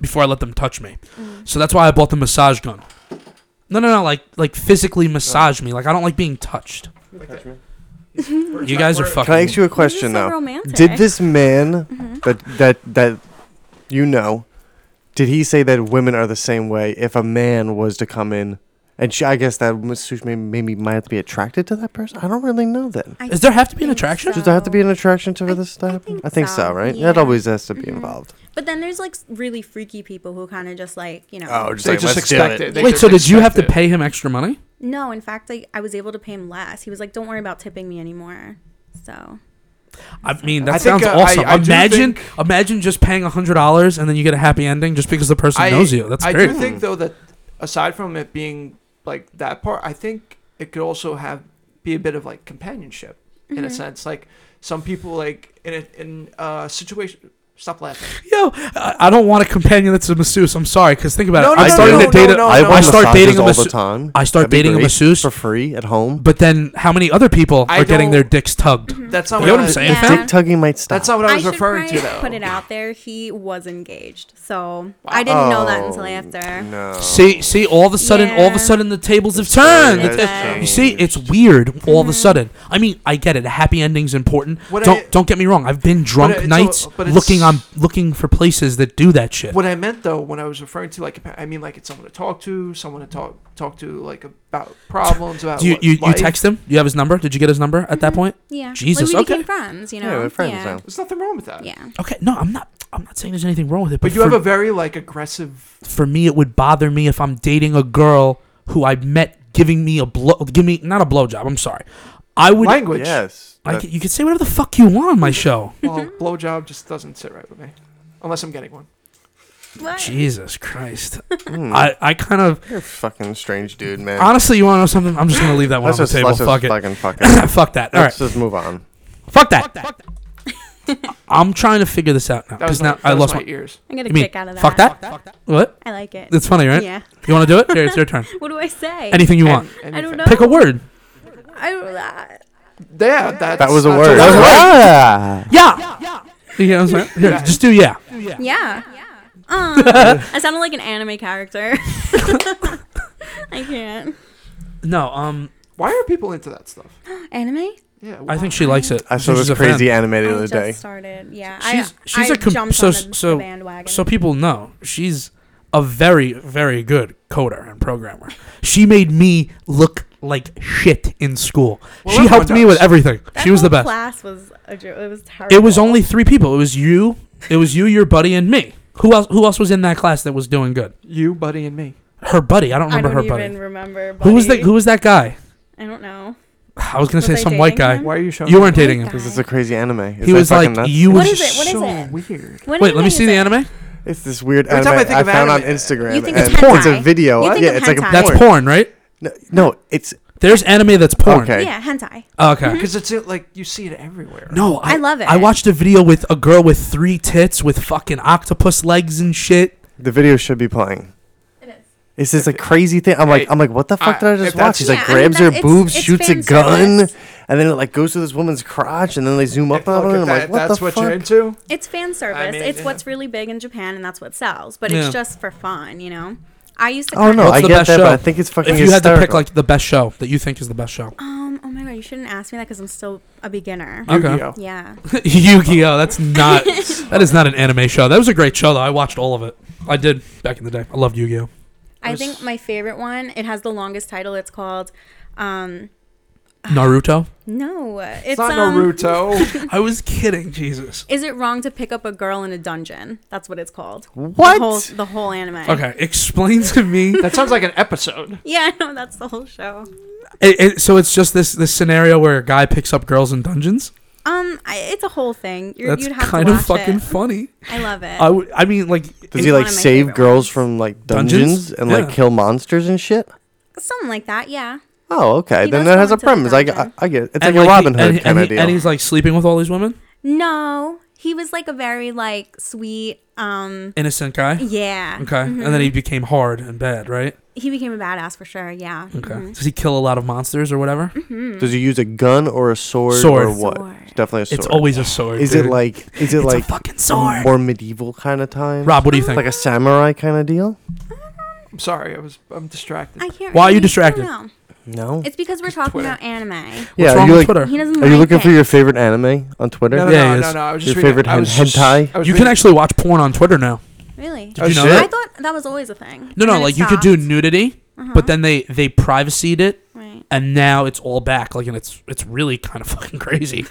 before I let them touch me. Mm. So that's why I bought the massage gun. No, no, no, like like physically massage me. Like I don't like being touched. You guys are fucking. Can I ask you a question This is so though? romantic. Mm-hmm. Did this man that that that you know, did he say that women are the same way? If a man was to come in, and she, I guess that masseuse may, maybe might have to be attracted to that person. I don't really know then. I Does there have to be an think attraction? Does there have to be an attraction to I- for this to I happen? think I think so, so, right? yeah. That always has to be Mhm. involved. But then there's like s- really freaky people who kind of just like you know. Oh, they Oh, just expect it, They Wait, just so did you have expect to it. pay him extra money? No, in fact, like I was able to pay him less. He was like, "Don't worry about tipping me anymore." So I mean, I that think, sounds uh, I- awesome. I do imagine, think- imagine just paying hundred dollars and then you get a happy ending just because the person I, knows you. That's I great. do think though that aside from it being like that part i think it could also have be a bit of like companionship in Mm-hmm. a sense like some people like in a in a situation stop laughing Mm-hmm. Yo, I, I don't want a companion that's a masseuse. I'm sorry, because think about No, it. no, I no, started no, to date. no, a- no, I, no. want start dating a massages all masseuse. the time. I start That'd be dating a great masseuse. for free at home. But then, how many other people I are getting their don't- dicks tugged? that's not You what, know what I I'm was- saying? Yeah. Dick tugging might stop. that's not what i was should referring to probably though Put it out there. He was engaged, so I didn't know that until after. Oh, No. See, see, all of a sudden, all of Yeah. a sudden, the tables have story turned. has It's- you changed. see, it's weird. All of a sudden, I mean, I get it. A happy ending's important. What don't I- don't get me wrong. I've been drunk it's nights all- but it's- looking on looking for places that do that shit. What I meant though, when I was referring to like, I mean like it's someone to talk to, someone to talk talk to like about problems about. Do you what you, you life- text him? You have his number? Did you get his number at that point? Yeah. Jesus, Like, we okay. became friends, you know. Yeah, we're friends yeah. now. There's nothing wrong with that. Yeah. Okay, no, I'm not. I'm not saying there's anything wrong with it. But But, you for, have a very like aggressive. for me, it would bother me if I'm dating a girl who I met giving me a blow, give me not a blowjob. I'm sorry. I would. Language. Yes. I c- you can say whatever the fuck you want on my show. Well, Mm-hmm. blowjob just doesn't sit right with me, unless I'm getting one. What? Jesus Christ. Mm. I, I kind of You're a fucking strange dude, man. honestly, you want to know something? I'm just gonna leave that one on the table. Fuck it. fucking fuck it. Fuck that. All right. Let's just move on. Fuck that. I'm trying to figure this out now That was because my, now I that was lost my my. ears. I get a You mean kick out of that. fuck that? What? I like it. It's funny, right? Yeah. You want to do it? Here, it's your turn. What do I say? Anything you want. And- I don't anything. know. Pick a word. I don't. Uh, Yeah, that's, That was a that's word. That was a word. Ah. Yeah. You get what I'm saying? Here, Yeah. just do yeah. yeah. Um, I sounded like an anime character. I can't. No. Um. Why are people into that stuff? Anime? Yeah. I think she likes it. I saw think this she's a fan. crazy anime the I other just day. started. Yeah. She's- I, she's I a com- jumped so- on the, so- the bandwagon. So people know she's a very, very good coder and programmer. She made me look like shit in school. Well, she everyone helped me with does. everything. That she was the whole best. Class was a jo- it was terrible. It was only three people. It was you. It was you, your buddy, and me. Who else? Who else was in that class that was doing good? you, buddy, and me. Her buddy. I don't I remember don't her buddy. even remember. Who was the buddy. Who was that guy? I don't know. I was gonna Was say I some white dating guy. him? Why are you showing? You me weren't that? dating him. guy. This is a crazy anime. Is He that was fucking like nuts? you. What was- is it? What is so it? Weird. What Wait, let anime me see is the it? anime. It's this weird Every anime time I, I think of found on anime- Instagram. You think and it's porn. hentai. a video. Uh, You think yeah, of it's like a hentai. That's porn. porn, right? No, no, it's There's anime that's porn. okay. Mm-hmm. Yeah, hentai. Okay. Because it's like you see it everywhere. No, I, I love it. I watched a video with a girl with three tits with fucking octopus legs and shit. The video should be playing. It is. It's this like crazy thing. I'm like, I'm like, what the fuck I- did I if just that's- watch? He's Yeah, like I mean, grabs that- her it's- boobs, it's shoots a fan gun, service. and then it like goes to this woman's crotch, and then they zoom up If- look, on her. if I'm that- like, what that's the what fuck? you're into. It's fan service. mean, it's yeah. what's really big in Japan, and that's what sells. But Yeah. it's just for fun, you know. I used to. Oh kinda- no, What's I the get best that, show? but I think it's fucking. If you had to pick hysterical. like the best show that you think is the best show, Um. Oh my god, you shouldn't ask me that because I'm still a beginner. Okay. Yu-Gi-Oh. Yeah. Yu-Gi-Oh. That's not that is not an anime show. That was a great show though. I watched all of it. I did back in the day. I loved Yu-Gi-Oh. I was- think my favorite one. It has the longest title. It's called. Um. Naruto. No, it's, It's not um, Naruto. I was kidding. Jesus. Is it wrong to pick up a girl in a dungeon? That's what it's called. The whole, what? the whole anime. Okay, explain to me. that sounds like an episode. Yeah, no, that's the whole show. It, it, so it's just this this scenario where a guy picks up girls in dungeons. Um, I, it's a whole thing. You're, That's you'd have kind to of watch fucking it. Uh, funny. I love it. I, w- I mean, like, Does it- he one like of my save favorite girls ones. from like Dungeons? dungeons, and like Yeah. kill monsters and shit? Something like that. Yeah. Oh, okay. He then does that go has a into the premise. I, g- I, dungeon. I get it. It's and like a like he- Robin Hood and, kind and of he- deal. and he's like sleeping with all these women. No, he was like a very like sweet. Um. Innocent guy. Yeah. Mm-hmm. Okay, and then he became hard and bad, right? He became a badass for sure. Yeah. Okay. Does he kill a lot of monsters or whatever? Mm-hmm. Does he use a gun or a sword, Sword. or what? Hmm. Sword. It's definitely a sword. It's always a sword. Is dude. it like? Is it it's like a fucking sword? more medieval kind of time? Rob, what do you think? Like a samurai kind of deal? I'm sorry, I was I'm distracted. I can't. Why are you really- I don't distracted? know. No. It's because we're talking Twitter. about anime. What's yeah. Are wrong you with like? Twitter? He doesn't. Are you like looking it. for your favorite anime on Twitter? No, no, Yeah, no, it no, is. no, I was Your just reading- favorite I was hen- just- hentai? I was You can reading- actually watch porn on Twitter now. Really? Did you Oh, know shit. I that? thought that was always a thing. No, no. Then it Like you could do stopped. Uh-huh, nudity, but then they they privacied it, Right. and now it's all back. Like, and it's it's really kind of fucking crazy.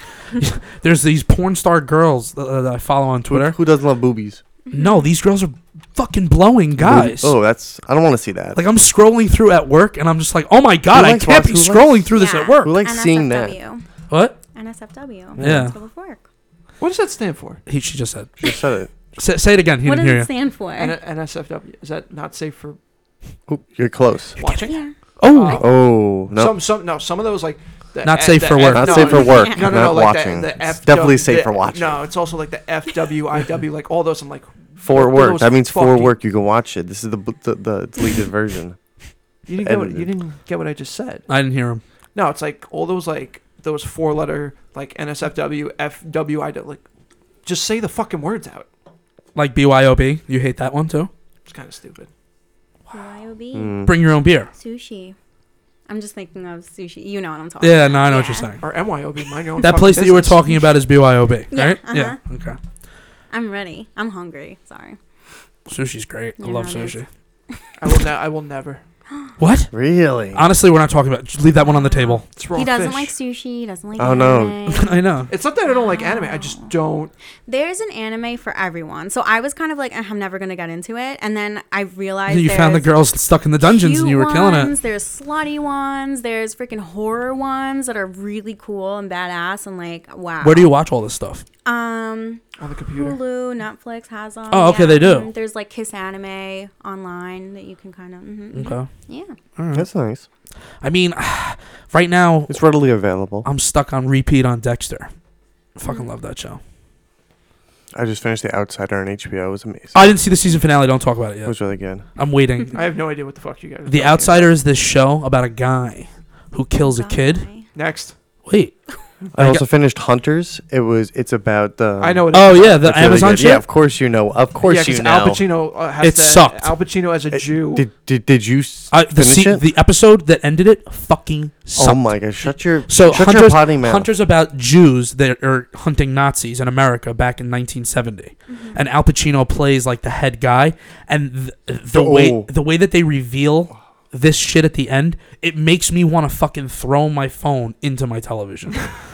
There's these porn star girls that, that I follow on Twitter. Who doesn't love boobies? Mm-hmm. No, these girls are fucking blowing guys. Oh, that's. I don't want to see that. Like I'm scrolling through at work, and I'm just like, oh my god, I likes can't be watching- who scrolling likes- through this Yeah. at work. Who likes seeing that? NSFW. What? NSFW. Yeah. Principle of work. What does that stand for? He she just said. Just said it. Say, say it again. He What didn't does hear it you. stand for? N- NSFW. Is that not safe for Oop, You're close. watching? yeah. Oh, Uh, Oh no. Some some no some of those like the Not F- safe the for F- work. Not no, safe for work. No, No, no, not no, like watching. the, the it's F- definitely the- safe for watching. No, it's also like the FWIW, like all those. I'm like, what For do work. those That means for fucking- work. You can watch it. This is the b- the, the deleted version. You didn't, get what, you Edited. didn't get what I just said. I didn't hear him. No, it's like all those like those four letter like NSFW, FWIW, like just say the fucking words out. Like BYOB, you hate that one too. It's kind of stupid. BYOB. Hmm. Mm. Bring your own beer. Sushi. I'm just thinking of sushi. You know what I'm talking Yeah, about. no, I know what you're saying. Or MYOB, mind your own That fucking place that you were business. talking about is BYOB, Yeah, right? uh-huh. Yeah. Okay. I'm ready. I'm hungry. Sorry. Sushi's great. I Yeah, love it is. sushi. I will, ne- I will never. What? Really? Honestly, we're not talking about. Just leave that one on the table. It's raw He doesn't fish. like sushi. He doesn't like Oh, no. anime. I know. It's not that I don't like anime. I just don't. There's an anime for everyone. So I was kind of like, "Eh, I'm never going to get into it. And then I realized You found the there's girls stuck in the dungeons, and cute you were killing it. ones, There's slutty ones. There's freaking horror ones that are really cool and badass and like, wow. Where do you watch all this stuff? Um, On the computer. Hulu, Netflix has them. Oh, okay, they do. mhm. There's like Kiss Anime online that you can kind of. hmm Okay. Yeah. That's nice. I mean, right now It's readily available. I'm stuck on repeat on Dexter. Fucking love that show. I just finished The Outsider on HBO. It was amazing. I didn't see the season finale. Don't talk about it It yet. was really good. I'm waiting. Oh. I have no idea what the fuck you guys. are talking The about. Outsider is this show about a guy who kills a kid. Bye. Next, Wait. I I also finished Hunters. It was. It's about the. I know it. Oh is. yeah, the it's really Amazon good. show. Yeah, of course you know. Of course yeah, 'cause you know. Al Pacino uh, has It that- sucked. Al Pacino as a It- Jew. Did, did did you s- I, the finish se- it? the episode that ended it fucking sucked. oh my gosh! Shut your So shut your Hunter's, potty mouth. Hunter's about Jews that are hunting Nazis in America back in 1970, and Al Pacino plays like the head guy, and th- the way Oh. the way that they reveal this shit at the end, it makes me want to fucking throw my phone into my television.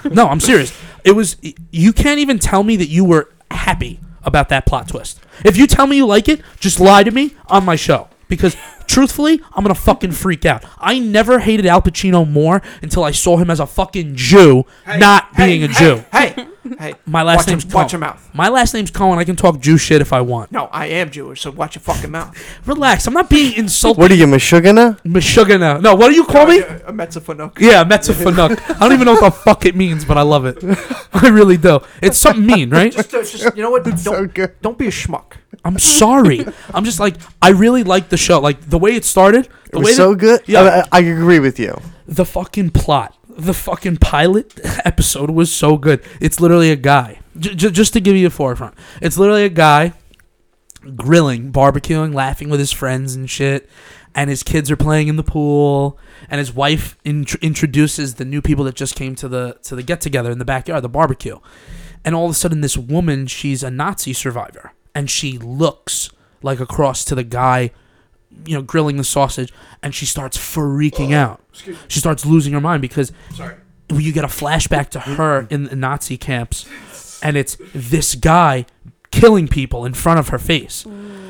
no, I'm serious. It was you can't even tell me that you were happy about that plot twist. If you tell me you like it, just lie to me on my show because truthfully, I'm going to fucking freak out. I never hated Al Pacino more until I saw him as a fucking Jew, not being a Jew. Hey, hey, My last watch name's your, Cohen. watch your mouth. My last name's Cohen. I can talk Jew shit if I want. No, I am Jewish, so watch your fucking mouth. Relax. I'm not being insulted. what are you, Meshuggah? Meshuggah. No, what do you call me? A mezzofanuk. Yeah, Metzafanuk. I don't even know what the fuck it means, but I love it. I really do. It's something mean, right? uh, Just, just, you know what? Don't, good. don't be a schmuck. I'm sorry. I'm just like I really like the show. Like the way it started, the It way was that- so good. Yeah. I, I I agree with you. the fucking plot, the fucking pilot episode was so good. It's literally a guy. J- j- just to give you a forefront, it's literally a guy grilling, barbecuing, laughing with his friends and shit. And his kids are playing in the pool, and his wife int- introduces the new people that just came to the to the get together in the backyard, the barbecue. And all of a sudden, this woman, she's a Nazi survivor, and she looks like across to the guy, you know, grilling the sausage, and she starts freaking out she starts losing her mind because you get a flashback to her in the Nazi camps, and it's this guy killing people in front of her face.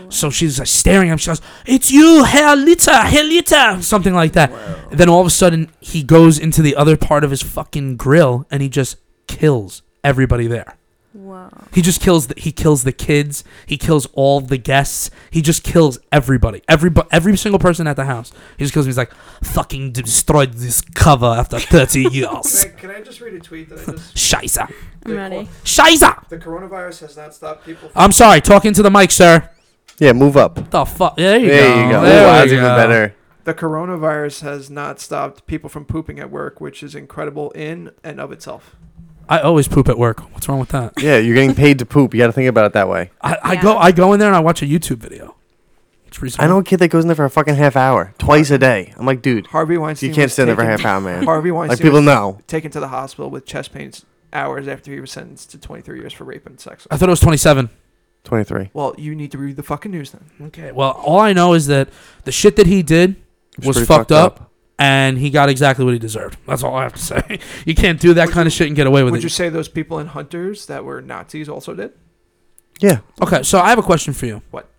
So she's like, staring at him. She goes, "It's you, Herr Litter, Herr Litter," something like that. Then all of a sudden, he goes into the other part of his fucking grill, and he just kills everybody there. Whoa. He just kills. The, he kills the kids. He kills all the guests. He just kills everybody. Every every single person at the house. He just kills me. He's like, fucking destroyed this cover after thirty years. Can I, can I just read a tweet that I just? Scheiße. I'm ready. Scheiße. The coronavirus has not stopped people. From I'm sorry. Talking to the mic, sir. Yeah, move up. The fuck. There you There go. you go. There Ooh, we that's even go. better. the coronavirus has not stopped people from pooping at work, which is incredible in and of itself. I always poop at work. What's wrong with that? Yeah, you're getting paid to poop. You got to think about it that way. I, I Yeah. go. I go in there and I watch a YouTube video. It's I know a kid that goes in there for a fucking half hour, twice a day. I'm like, dude, Harvey Weinstein. you can't was stand there for a taken- half hour, man. Harvey Weinstein. Like people was know. taken to the hospital with chest pains hours after he was sentenced to 23 years for rape and sex. I thought it was twenty-seven. 23. Well, you need to read the fucking news then. Okay. Well, all I know is that the shit that he did It's was pretty fucked, up. and he got exactly what he deserved. That's all I have to say. You can't do that Would kind of shit and get away with Would it. you say those people in Hunters that were Nazis also did? Yeah. okay, so I have a question for you. What?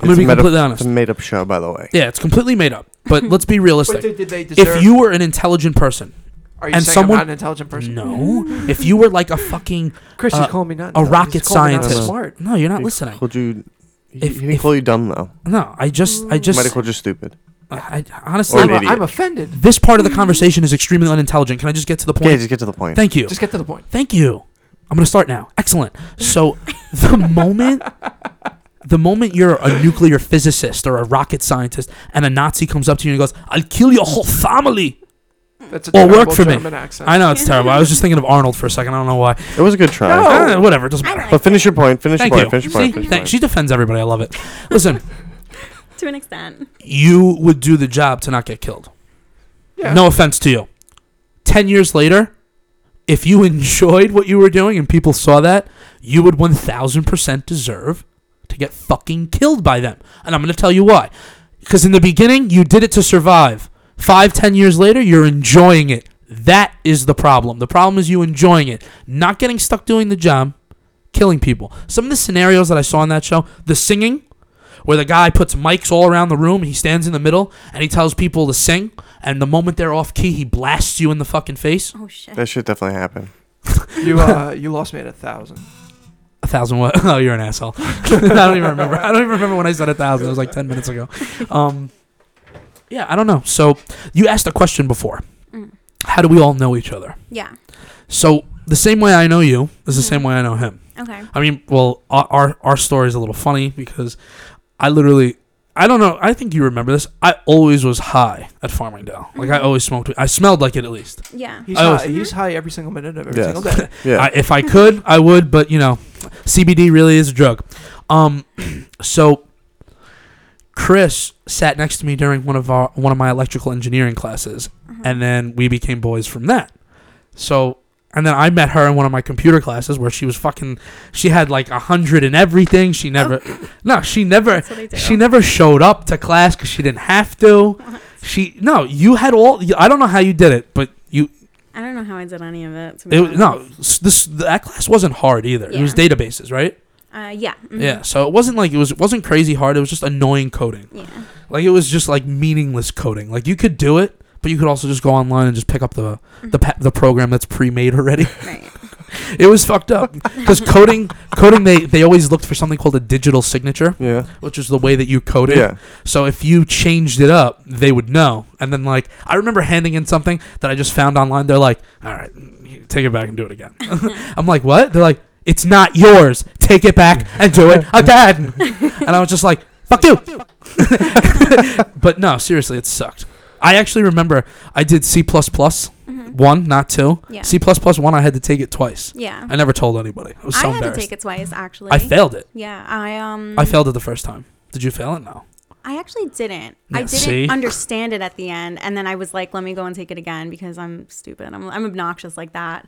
I'm gonna It's be a meta- completely It's honest. a made up show, by the way. yeah, it's completely made up, but let's be But realistic. did, did they deserve? If you were an intelligent person, are you and saying someone- I'm not an intelligent person? no. if you were like a fucking Chris is Uh, calling me not a intelligent. rocket He's calling me not scientist. Smart. no, you're not He listening. Called you. He, If- he didn't if- call you dumb though. No, I just, I He might have just, called you stupid. I, I- Or honestly, an I'm, a- idiot. I'm offended. this part of the conversation is extremely unintelligent. Can I just get to the Okay, point? just get to the point. Thank you. Just get to the point. Thank you. I'm gonna start now. Excellent. So the moment the moment you're a nuclear physicist or a rocket scientist and a Nazi comes up to you and goes, I'll kill your whole family. That's a Well, terrible work for me. German accent. I know it's terrible. I was just thinking of Arnold for a second. I don't know why. It was a good try. No. Ah, whatever, it doesn't I matter. like But finish your point. Finish Thank you. your point. Finish your See, point. Finish your thank, point. she defends everybody. I love it. Listen, it to an extent. you would do the job to not get killed. Yeah. No offense to you. Ten years later, if you enjoyed what you were doing and people saw that, you would 1000% deserve to get fucking killed by them. And I'm going to tell you why. Because in the beginning, you did it to survive. Five, ten years later, you're enjoying it. That is the problem. The problem is you enjoying it, not getting stuck doing the job, killing people. Some of the scenarios that I saw in that show, the singing, where the guy puts mics all around the room, he stands in the middle, and he tells people to sing, and the moment they're off key, he blasts you in the fucking face. Oh shit. That should definitely happen. You uh, you lost me at a thousand. A thousand what? Oh, you're an asshole. I don't even remember. I don't even remember when I said a thousand. It was like ten minutes ago. Um, yeah, I don't know. So you asked a question before. Mm. How do we all know each other? Yeah. So the same way I know you is the same way I know him. Okay. I mean, well, our our, our story is a little funny because I literally. I don't know. I think you remember this. I always was high at Farmingdale. Like I Mhm. always smoked. weed. I smelled like it at least. Yeah. He's, I high, was- he's high every single minute of every Yes. single day. Yeah. I, if I could, I would, but you know, CBD really is a drug. Um, so Chris sat next to me during one of our one of my electrical engineering classes, Uh-huh. and then we became boys from that. So and then I met her in one of my computer classes where she was fucking. She had like a hundred and everything. She never, no, she never, That's what they do. she never showed up to class because she didn't have to. She no, you had all. I don't know how you did it, but you I don't know how I did any of it. to be it, honest. no, s- this that class wasn't hard either. It was Yeah. databases, right? Uh, yeah. mhm. Yeah. So it wasn't like it was it wasn't crazy hard. It was just annoying coding. Yeah. Like it was just like meaningless coding. Like you could do it, but you could also just go online and just pick up the the pa- the program that's pre-made already. Right. it was fucked up because coding coding they they always looked for something called a digital signature, Yeah. which is the way that you code it. Yeah. So if you changed it up, they would know. And then like I remember handing in something that I just found online. They're like, "All right, take it back and do it again." I'm like, "What?" They're like, It's not yours. Take it back and do it again. and I was just like, fuck you. but no, seriously, it sucked. I actually remember I did C plus plus Mhm. one, not two. Yeah. C plus plus one, I had to take it twice. Yeah. I never told anybody. I was so I had to embarrassed. take it twice actually. I failed it. Yeah, I um I failed it the first time. Did you fail it? No. I actually didn't. I Yeah, didn't see? understand it at the end and then I was like let me go and take it again because I'm stupid. I'm I'm obnoxious like that.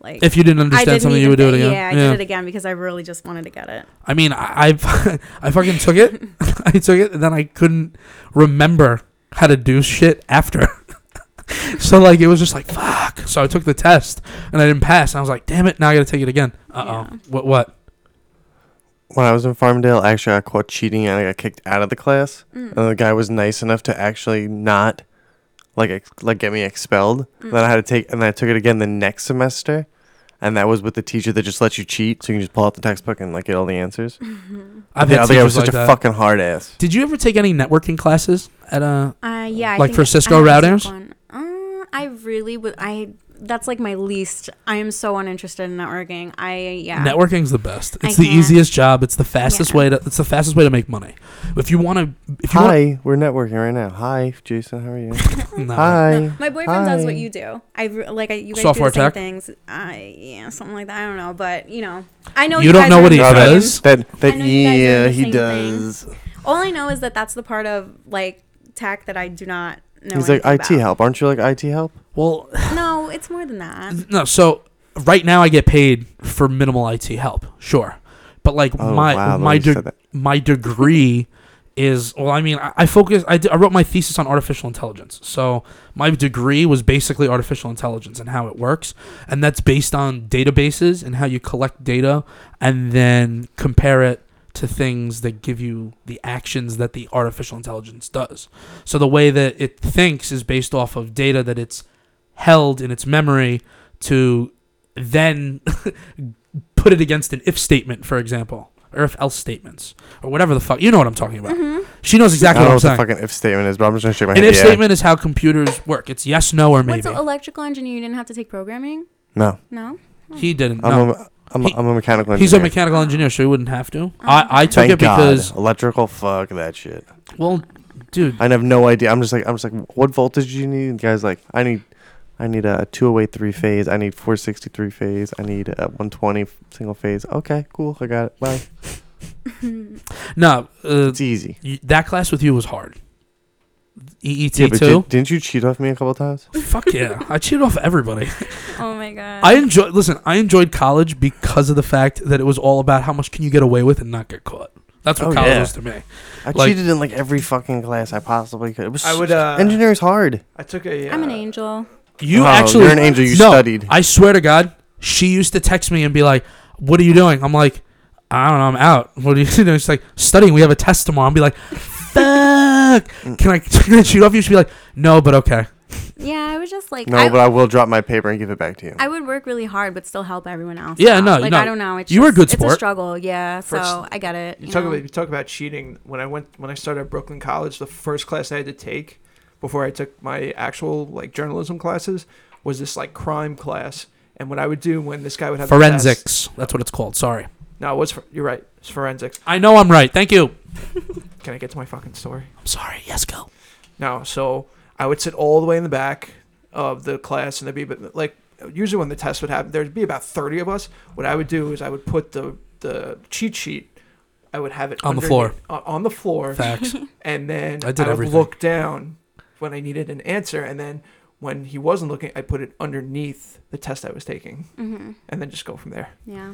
Like If you didn't understand something, you would do it even again. thi- Yeah, I did it again because I really just wanted to get it. I mean, I I, I fucking took it. I took it, and then I couldn't remember how to do shit after. so like, it was just like fuck. So I took the test, and I didn't pass. And I was like, damn it! Now I got to take it again. Uh oh. Yeah. What? What? When I was in Farmdale, actually, I caught cheating and I got kicked out of the class. Mm. And the guy was nice enough to actually not, like, ex- like get me expelled. Mm. Then I had to take, and then I took it again the next semester, and that was with the teacher that just lets you cheat, so you can just pull out the textbook and like get all the answers. I've yeah, I had think I teachers was such like a that. fucking hard ass. Did you ever take any networking classes at uh? Uh, yeah, I Like think for I- Cisco I had to take routers? one. Uh, I really would. I that's like my least. I am so uninterested in networking. I yeah. Networking's the best. I It's the can't. easiest job. It's the fastest Yeah. way to. It's the fastest way to make money. If you want to, if you Hi, we're networking right now. Hi, Jason, how are you? want, Hi. My boyfriend does what Hi. you do. I re- like I, you guys Software do the same tech? things. I yeah, something like that. I don't know, but you know, I know You don't guys know are what he into does? networking. does? That, that, I know you guys are yeah, the he same thing. does. All I know is that that's the part of like tech that I do not know. He's like IT anything about. help. Aren't you like IT help? Well, No, it's more than that. No, so right now I get paid for minimal IT help, sure, but like Oh, my wow, the way my you de- said that. my degree is well, I mean, I, I focus. I, d- I wrote my thesis on artificial intelligence, so my degree was basically artificial intelligence and how it works, and that's based on databases and how you collect data and then compare it to things that give you the actions that the artificial intelligence does. So the way that it thinks is based off of data that it's held in its memory to then put it against an if statement, for example, or if else statements, or whatever the fuck. You know what I'm talking about. Mm-hmm. She knows I exactly don't know what I'm what the saying. fucking if statement is, but I'm just gonna shake my An head. if yeah. statement is how computers work. It's yes, no, or What's maybe. an electrical engineer? You didn't have to take programming? No, No. He didn't. I'm No. a, I'm, He- a, I'm a mechanical engineer. He's a mechanical engineer, so he wouldn't have to. I, I took Thank it because, God. electrical. Fuck that shit. well, dude, I have no idea. I'm just like I'm just like, what voltage do you need? And the guy's like, I need, I need a 208 three phase. I need 460 three phase. I need a 120 f- single phase. Okay, cool. I got it. Bye. Oh no, uh, It's easy. y- that class with you was hard. EET Yeah, but too. did, didn't you cheat off me a couple times? Fuck yeah, I cheated off everybody. Oh my god. I enjoy. Listen, I enjoyed college because of the fact that it was all about how much can you get away with and not get caught. That's what Oh, college yeah. was to me. I Like- cheated in like every fucking class I possibly could. It was. I would, so- uh, engineering's hard. I took a. Uh, I'm an angel. You Oh, actually, you're an angel. You no, studied. I swear to God, she used to text me and be like, "What are you doing?" I'm like, "I don't know. I'm out." What are you doing? She's like, "Studying. We have a test tomorrow." I'm be like, "Fuck! Mm. Can I, can I shoot off you?" She'd be like, "No, but okay." Yeah, I was just like No, I, but I will drop my paper and give it back to you. I would work really hard, but still help everyone else. Yeah, out. no, like no. I don't know. It's You were a just- good It's sport. a struggle, yeah. So First- I get it. You talk know? about you talk about cheating. When I went when I started at Brooklyn College, the first class I had to take before I took my actual like journalism classes was this like crime class. And what I would do when this guy would have the test- Forensics. That's what it's called. Sorry. no, it was for, you're right. It's forensics. I know I'm right. Thank you. Can I get to my fucking story? I'm sorry. Yes, go. No, so I would sit all the way in the back of the class, and there'd be but, like usually when the test would happen, there'd be about thirty of us. What I would do is I would put the the cheat sheet. I would have it On the underneath- floor. o- on the floor, Facts. and then I I, did would everything. look down when I needed an answer, and then when he wasn't looking, I put it underneath the test I was taking, Mhm. and then just go from there. Yeah.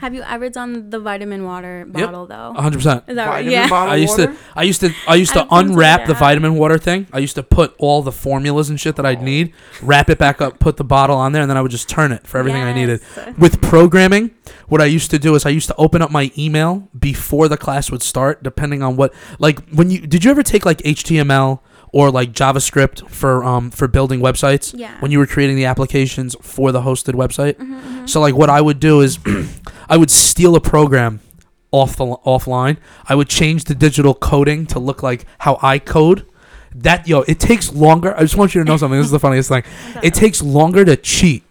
Have you ever done the vitamin water Yep. Uh, bottle though? 100. percent Is that right? Vitamin Yeah. bottle I used water? to, I used to, I used I to don't think so, unwrap the yeah. vitamin water thing. I used to put all the formulas and shit that Oh. I'd need, wrap it back up, put the bottle on there, and then I would just turn it for everything I needed. Yes. With programming, what I used to do is I used to open up my email before the class would start, depending on what, like when you did you ever take like HTML or like JavaScript for um for building websites Yeah. when you were creating the applications for the hosted website. Mhm, mhm. So like what I would do is I would steal a program off the offline. I would change the digital coding to look like how I code. That yo, it takes longer. I just want you to know something. This is the funniest thing. It takes longer to cheat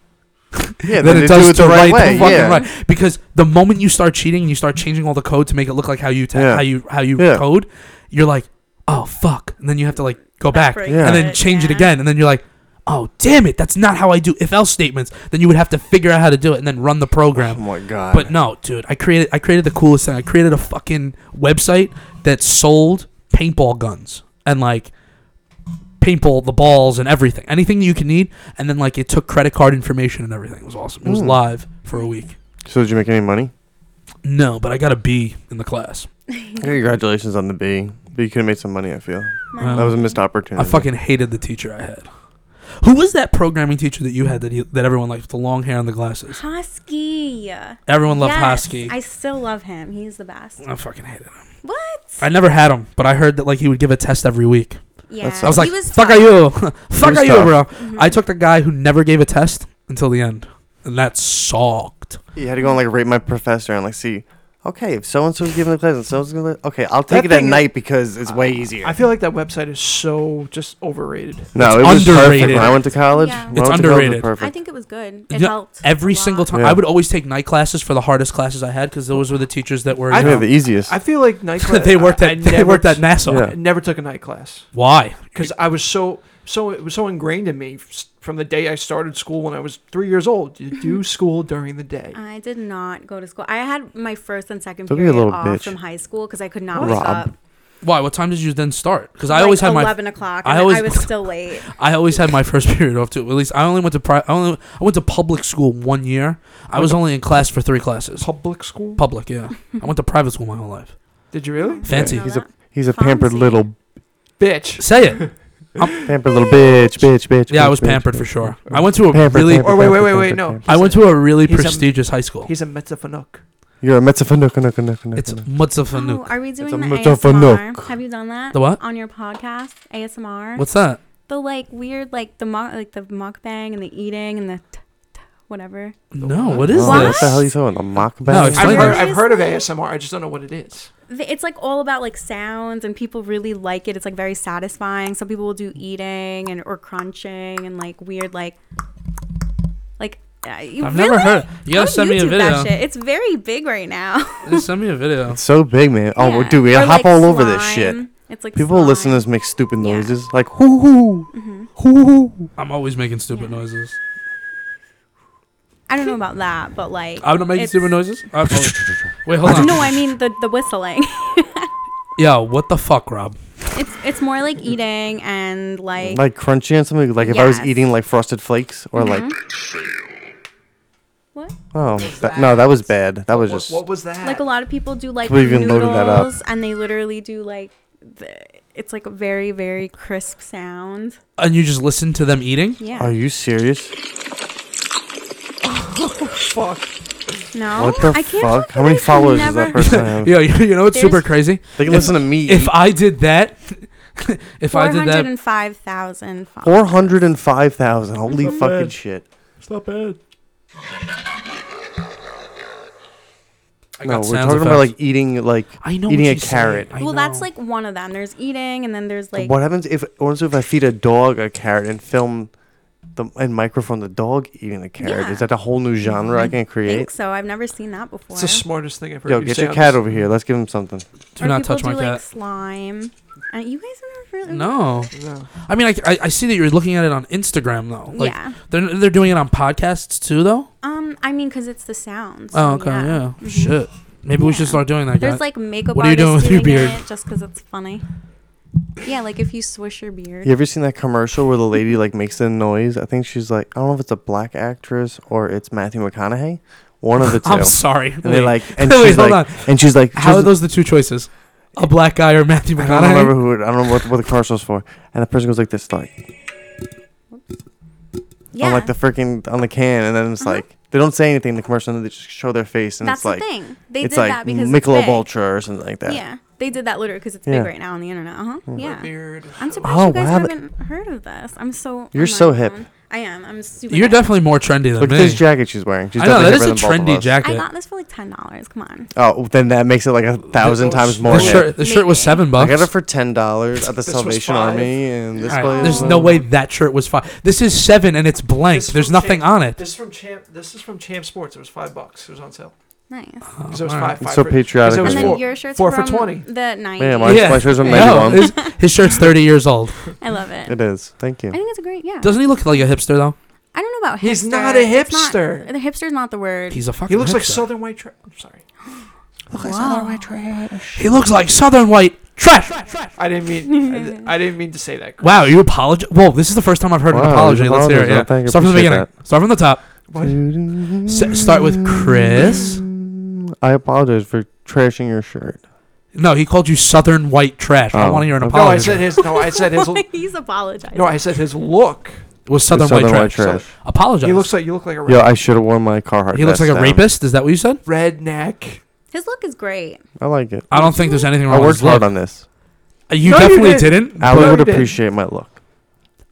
Yeah, than then it to does do it to the right, right the way, fucking yeah. right. Because the moment you start cheating and you start changing all the code to make it look like how you ta- Yeah. how you how you Yeah. code, you're like, oh fuck, and then you have to like go back breaks Yeah. and then it, change it yeah. again, and then you're like. Oh damn it! That's not how I do if else statements. Then you would have to figure out how to do it and then run the Oh program. my god. But no, dude, I created I created the coolest thing. I created a fucking website that sold paintball guns and like paintball the balls and everything. Anything you can need and then like it took credit card information and everything. It was awesome. It was Mm. live for a week. so did you make any money? No, but I got a B in the class. Congratulations on the B. But you could have made some money. I feel Well, that was a missed opportunity. I fucking hated the teacher I had. Who was that programming teacher that you had that you, that everyone liked with the long hair and the glasses? Hosky. Everyone loved Yes, Hosky. I, I still love him. He's the best. fucking hated him. What? I never had him, but I heard that like he would give a test every week. Yeah. I I was like, Oh, he was fuck tough. are you? fuck was are you, tough. bro? Mhm. I took the guy who never gave a test until the end, and that sucked. You had to go and like rate my professor and like see. Okay, if so and so's giving the class, and so and so's gonna okay, I'll take That it at thing- night because it's way easier. Uh, I feel like that website is so just overrated. it's no, it was perfect underrated. when I went to college. Yeah. when It's I went to college, it underrated. was I Perfect. think it was good. It Yeah, helped. Every a single lot. time, Yeah. I would always take night classes for the hardest classes I had because those were the teachers that were. I you yeah, know, the easiest. I feel like night class. they worked I- I at they never worked at t- NASA. Yeah. I never took a night class Why? because I was so so it was so ingrained in me s- from the day I started school when I was three years old. You do school during the day. I did not go to school. I had my first and second Don't be a period little off bitch. from high school because I could not Rob. wake up. Why? What time did you then start? Because I Like, always had my eleven o'clock. I and I, always- I was still late. I always had my first period off too. At least I only went to pri- I only I went to public school one year. I was only in class for three classes. Public school? Public, yeah. I went to private school my whole life. Did you really? Fancy. He's a he's a pampered Fancy. little Bitch. Say it. pampered little bitch, bitch, bitch. Yeah, I bitch, was bitch, pampered for bitch. sure. I went to a Pampered, really pampered, Or wait, wait, pampered, wait, wait, pampered, no. pampered. I went to a really He's a- prestigious high school. He's a metaphanuk. You're a metzafanuk, nuk, nuk, nuk, It's nuk. Oh, Mutzafanuk. are we doing the a mother of a ASMR? nook. Have you done that? The what? on your podcast? ASMR. What's that? the like weird like the mo- like the mukbang and the eating and the t- t- whatever. No, what is Oh, What? this? What the hell are you talking? A mockback? No, I've explain heard, that. I've heard of ASMR. I just don't know what it is. Th- It's like all about like sounds and people really like it. It's like very satisfying. Some people will do eating and or crunching and like weird like like uh, you I've really? never heard. You Go gotta send me a YouTube that video. shit. It's very big right now. Just send me a video. It's so big, man. Oh, well, Yeah. dude, we Or, hop like, all over this shit. slime. It's like People slime. listen to us make stupid Yeah. Mm-hmm. noises like hoo hoo, hoo hoo. I'm always making stupid Yeah. noises. I don't know about that, but like I'm not making it's- stupid noises. I've- oh, wait, hold on. No, I mean the the whistling. Yo, what the fuck, Rob? it's it's more like eating and like, Like crunchy and something. Like if I was Yes. Mm-hmm. eating like frosted flakes or like what? oh that, no, that was bad. That was What, just what was that? Like a lot of people do like We even loaded that up. noodles, and they literally do like the, it's like a very very crisp sound. And you just listen to them eating? Yeah. Are you serious? Fuck. no. What the I can't fuck? believe How many I've followers does never- that person have? Yo, you, you know what's super There's- crazy? They can If- listen to me. If I did that, if I did that, 405,000 followers. Four hundred and five thousand. Holy Not fucking bad. shit. it's not bad. I No, got we're sound talking about effects. like eating like I know eating what a you said. carrot. I Well, that's know. like one of them. There's eating, and then there's like what happens if or so if I feed a dog a carrot and film the and microphone the dog eating the carrot? Yeah. Is that a whole new genre Mm-hmm. I can I create? think so. I've never seen that before. It's the smartest thing I've heard. Yo, you get say your on cat this- over here. Let's give him something. do Or not people touch my do, Like cat. slime. And you guys aren't really No, No. I mean, I, I, I see that you're looking at it on Instagram though. Like, yeah. They're they're doing it on podcasts too, though. Um, I mean, cause it's the sound. so Oh, okay, yeah. Mhm. Shit, maybe we should Yeah. start doing that. There's Guys. like makeup What are you doing artists with your doing beard? it just cause it's funny. Yeah, like if you swish your beard. You ever seen that commercial where the lady like makes a noise? I think she's like I don't know if it's a black actress or it's Matthew McConaughey. One of the two. I'm sorry. and Wait. they like and Wait, she's hold like on. and she's like How are she's- those the two choices? A black guy or Matthew I don't McConaughey? remember who it, I don't know what, what the commercial's for. And the person goes like this like yeah, on like the freaking on the can and then it's Uh-huh. like they don't say anything in the commercial and they just show their face and that's it's like the thing. They it's did like that because it's Michelob big. Ultra or something like that. Yeah, they did that literally because it's Yeah. Mm. big right now on the internet. Uh huh. My Yeah. beard. I'm surprised Oh, you guys wow, but- haven't heard of this. I'm so. You're I'm so mind hip. blown. I am. I'm super. You're nice. definitely more trendy than Look at me. this jacket she's wearing. She's I know that definitely is a different trendy than both of us. jacket. I got this for like ten dollars. Come on. Oh, then that makes it like a thousand times more. The than- shirt, the shirt was Maybe. seven I bucks. got it for ten dollars at the This was Salvation five. Army, and this All right, place. There's no way that shirt was five. This is seven and it's blank. This There's from nothing Champ- on it. This is from Champ. This is from Champ Sports. It was five bucks. It was on sale. Nice. Oh, Because it was all five. right. It's five so for- patriotic. because it And was of then you. four. your shirt's four for from 20. the 90s. Man, my- Yeah. my shirt's from No, No, 91. his, his shirt's 30 years old. I love it. It is. Thank I you. think it's a great. Yeah. Doesn't he look like a hipster though? I don't know about hipster. He's not a It's not- hipster. the hipster's not the word. He's a fucking. He looks like hipster. Southern White Trash. I'm sorry. Wow. He looks like Southern white trash. I didn't mean. I, di- I didn't mean to say that. Chris. Wow, you apologize? Whoa, this is the first time I've heard an Wow, apology. you Let's hear it. apologize. Yeah. I think I Start from the appreciate beginning. Start from the top. S- start with Chris. I apologize for trashing your shirt. No, he called you Southern white trash. I Oh. want to hear an No, I No, I apology. said his. No, I said his. l- He's apologizing. No, I said his look. it was Southern, Southern white, white trash. trash. Apologize. He looks like you look like a Yo, I should have worn my Carhartt. He looks like vest a down. rapist. Is that what you said? redneck. His look is great. I like it. I don't think there's anything I wrong with worked hard his look. on this. You No, you definitely didn't. didn't. Allie No, would you didn't. appreciate my look.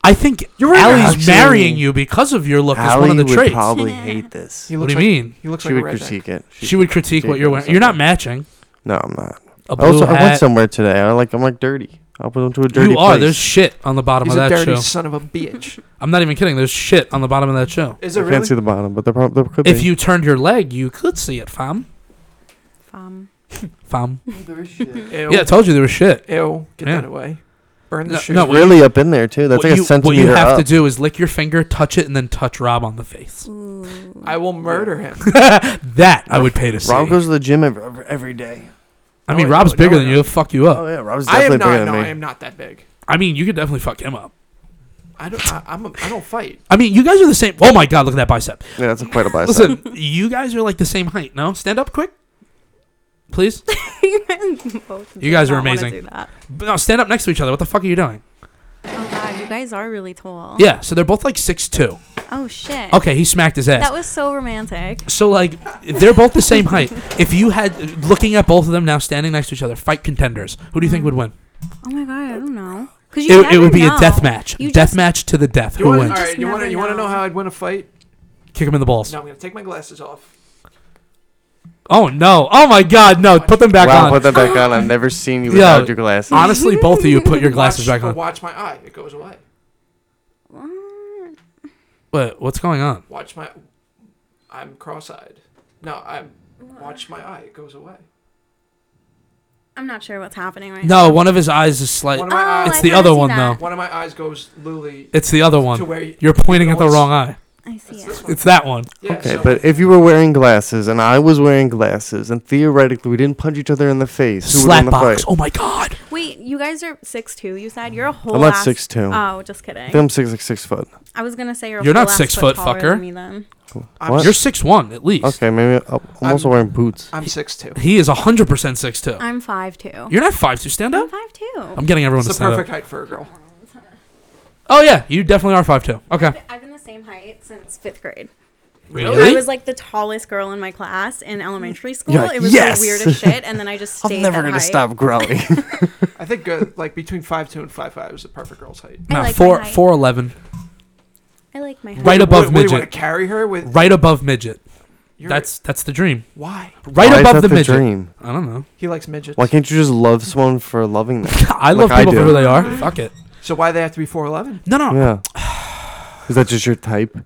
I think You were Allie's actually- marrying you because of your look is Allie one of the would traits. probably hate this. He what looks do you like, mean? He looks She like would a redneck. critique it. She would critique what you're wearing. You're not matching. No, I'm not. A I blue also, hat. I went somewhere today. I like. I'm like dirty. I went to a dirty. you are. place. There's shit on the bottom He's of a that dirty shoe. son of a bitch. I'm not even kidding. There's shit on the bottom of that shoe. Is I it can't really? see the bottom, but there, prob- there could If be. you turned your leg, you could see it, fam. Um, Fam. Ew. Yeah, I told you there was shit. Ew. Get Yeah. that away. Burn the No- shoe. no, what really up in there too. That's what like you, a what centimeter you have up. to do is lick your finger, touch it, and then touch Rob on the face. Mm. ooh. I will murder him. that I would pay to see. Rob goes Oh, to the gym ev- ev- every day. I No, mean, I Rob's don't. bigger No, I than don't. you. He'll fuck you up. Oh yeah, Rob's I am definitely not. bigger No, than I me. am not that big. I mean, you could definitely fuck him up. I don't. I, I'm. A, I don't fight. I mean, you guys are the same. Oh my god, look at that bicep. Yeah, that's quite a bicep. Listen, you guys are like the same height. No, stand up quick, please. you guys, both You guys did are not wanna amazing. do that. No, stand up next to each other. What the fuck are you doing? Oh god, you guys are really tall. Yeah, so they're both like six two. Oh shit. Okay, he smacked his ass. That was so romantic. So like they're both the same height. If you had looking at both of them now standing next to each other, fight contenders. Who do you think would win? Oh my god, I don't know. Cause you It, it never would be know. a death match. You death just- match to the death. You Who wanna- wins? All right. Just You want to. never You want to know know. how I'd win a fight? Kick him in the balls. No, I'm gonna take my glasses off. Oh no! Oh my God! No! Put them back wow, on. put that back on. I've never seen you Yo. without your glasses. Honestly, both of you put your glasses watch, back on. Watch my eye. It goes away. Mm, Wait, what's going on? Watch my. I'm cross-eyed. No, I'm. Watch my eye. It goes away. I'm not sure what's happening right now. No, one of his eyes is slight. One of Oh, my eyes. It's I the kinda other see one, that. though. One of my eyes goes literally It's the other to one. where you, You're pointing at the It's- wrong eye. I see It's it. this one. It's that one. Yeah, Okay, so but if you were wearing glasses and I was wearing glasses and theoretically we didn't punch each other in the face, who would win Slap the box. fight? Oh my God! Wait, you guys are six two. You said you're a whole. I'm not ass- 6'2". Oh, just kidding. I think I'm six like six foot. I was gonna say you're. A You're whole not ass six foot, foot taller fucker. than Me then. I'm, What? You're six one at least. Okay, maybe I'm I'm also wearing boots. I'm six two. He is hundred percent six two. I'm five two. You're not five two. Stand I'm up. five two. I'm getting everyone It's to the stand perfect up. height for a girl. Oh yeah, you definitely are five two. Okay. I've been the same height since fifth grade. Really? I was like the tallest girl in my class in elementary school. You're like, it was "Yes!" the weirdest shit, and then I just stayed. I'm never that gonna height. stop growing. I think uh, like between five two and five five is the perfect girl's height. I No, like my four height. four eleven. I like my height. Right above what, what, do you want midget. to carry her with? Right above midget. You're, That's that's the dream. why Right Why is above that the midget. Dream? I don't know. he likes midgets. Why can't you just love someone for loving them? I Like love I people for do. who they are. Fuck it. so why they have to be four eleven? No, no. Yeah. Is that just your type?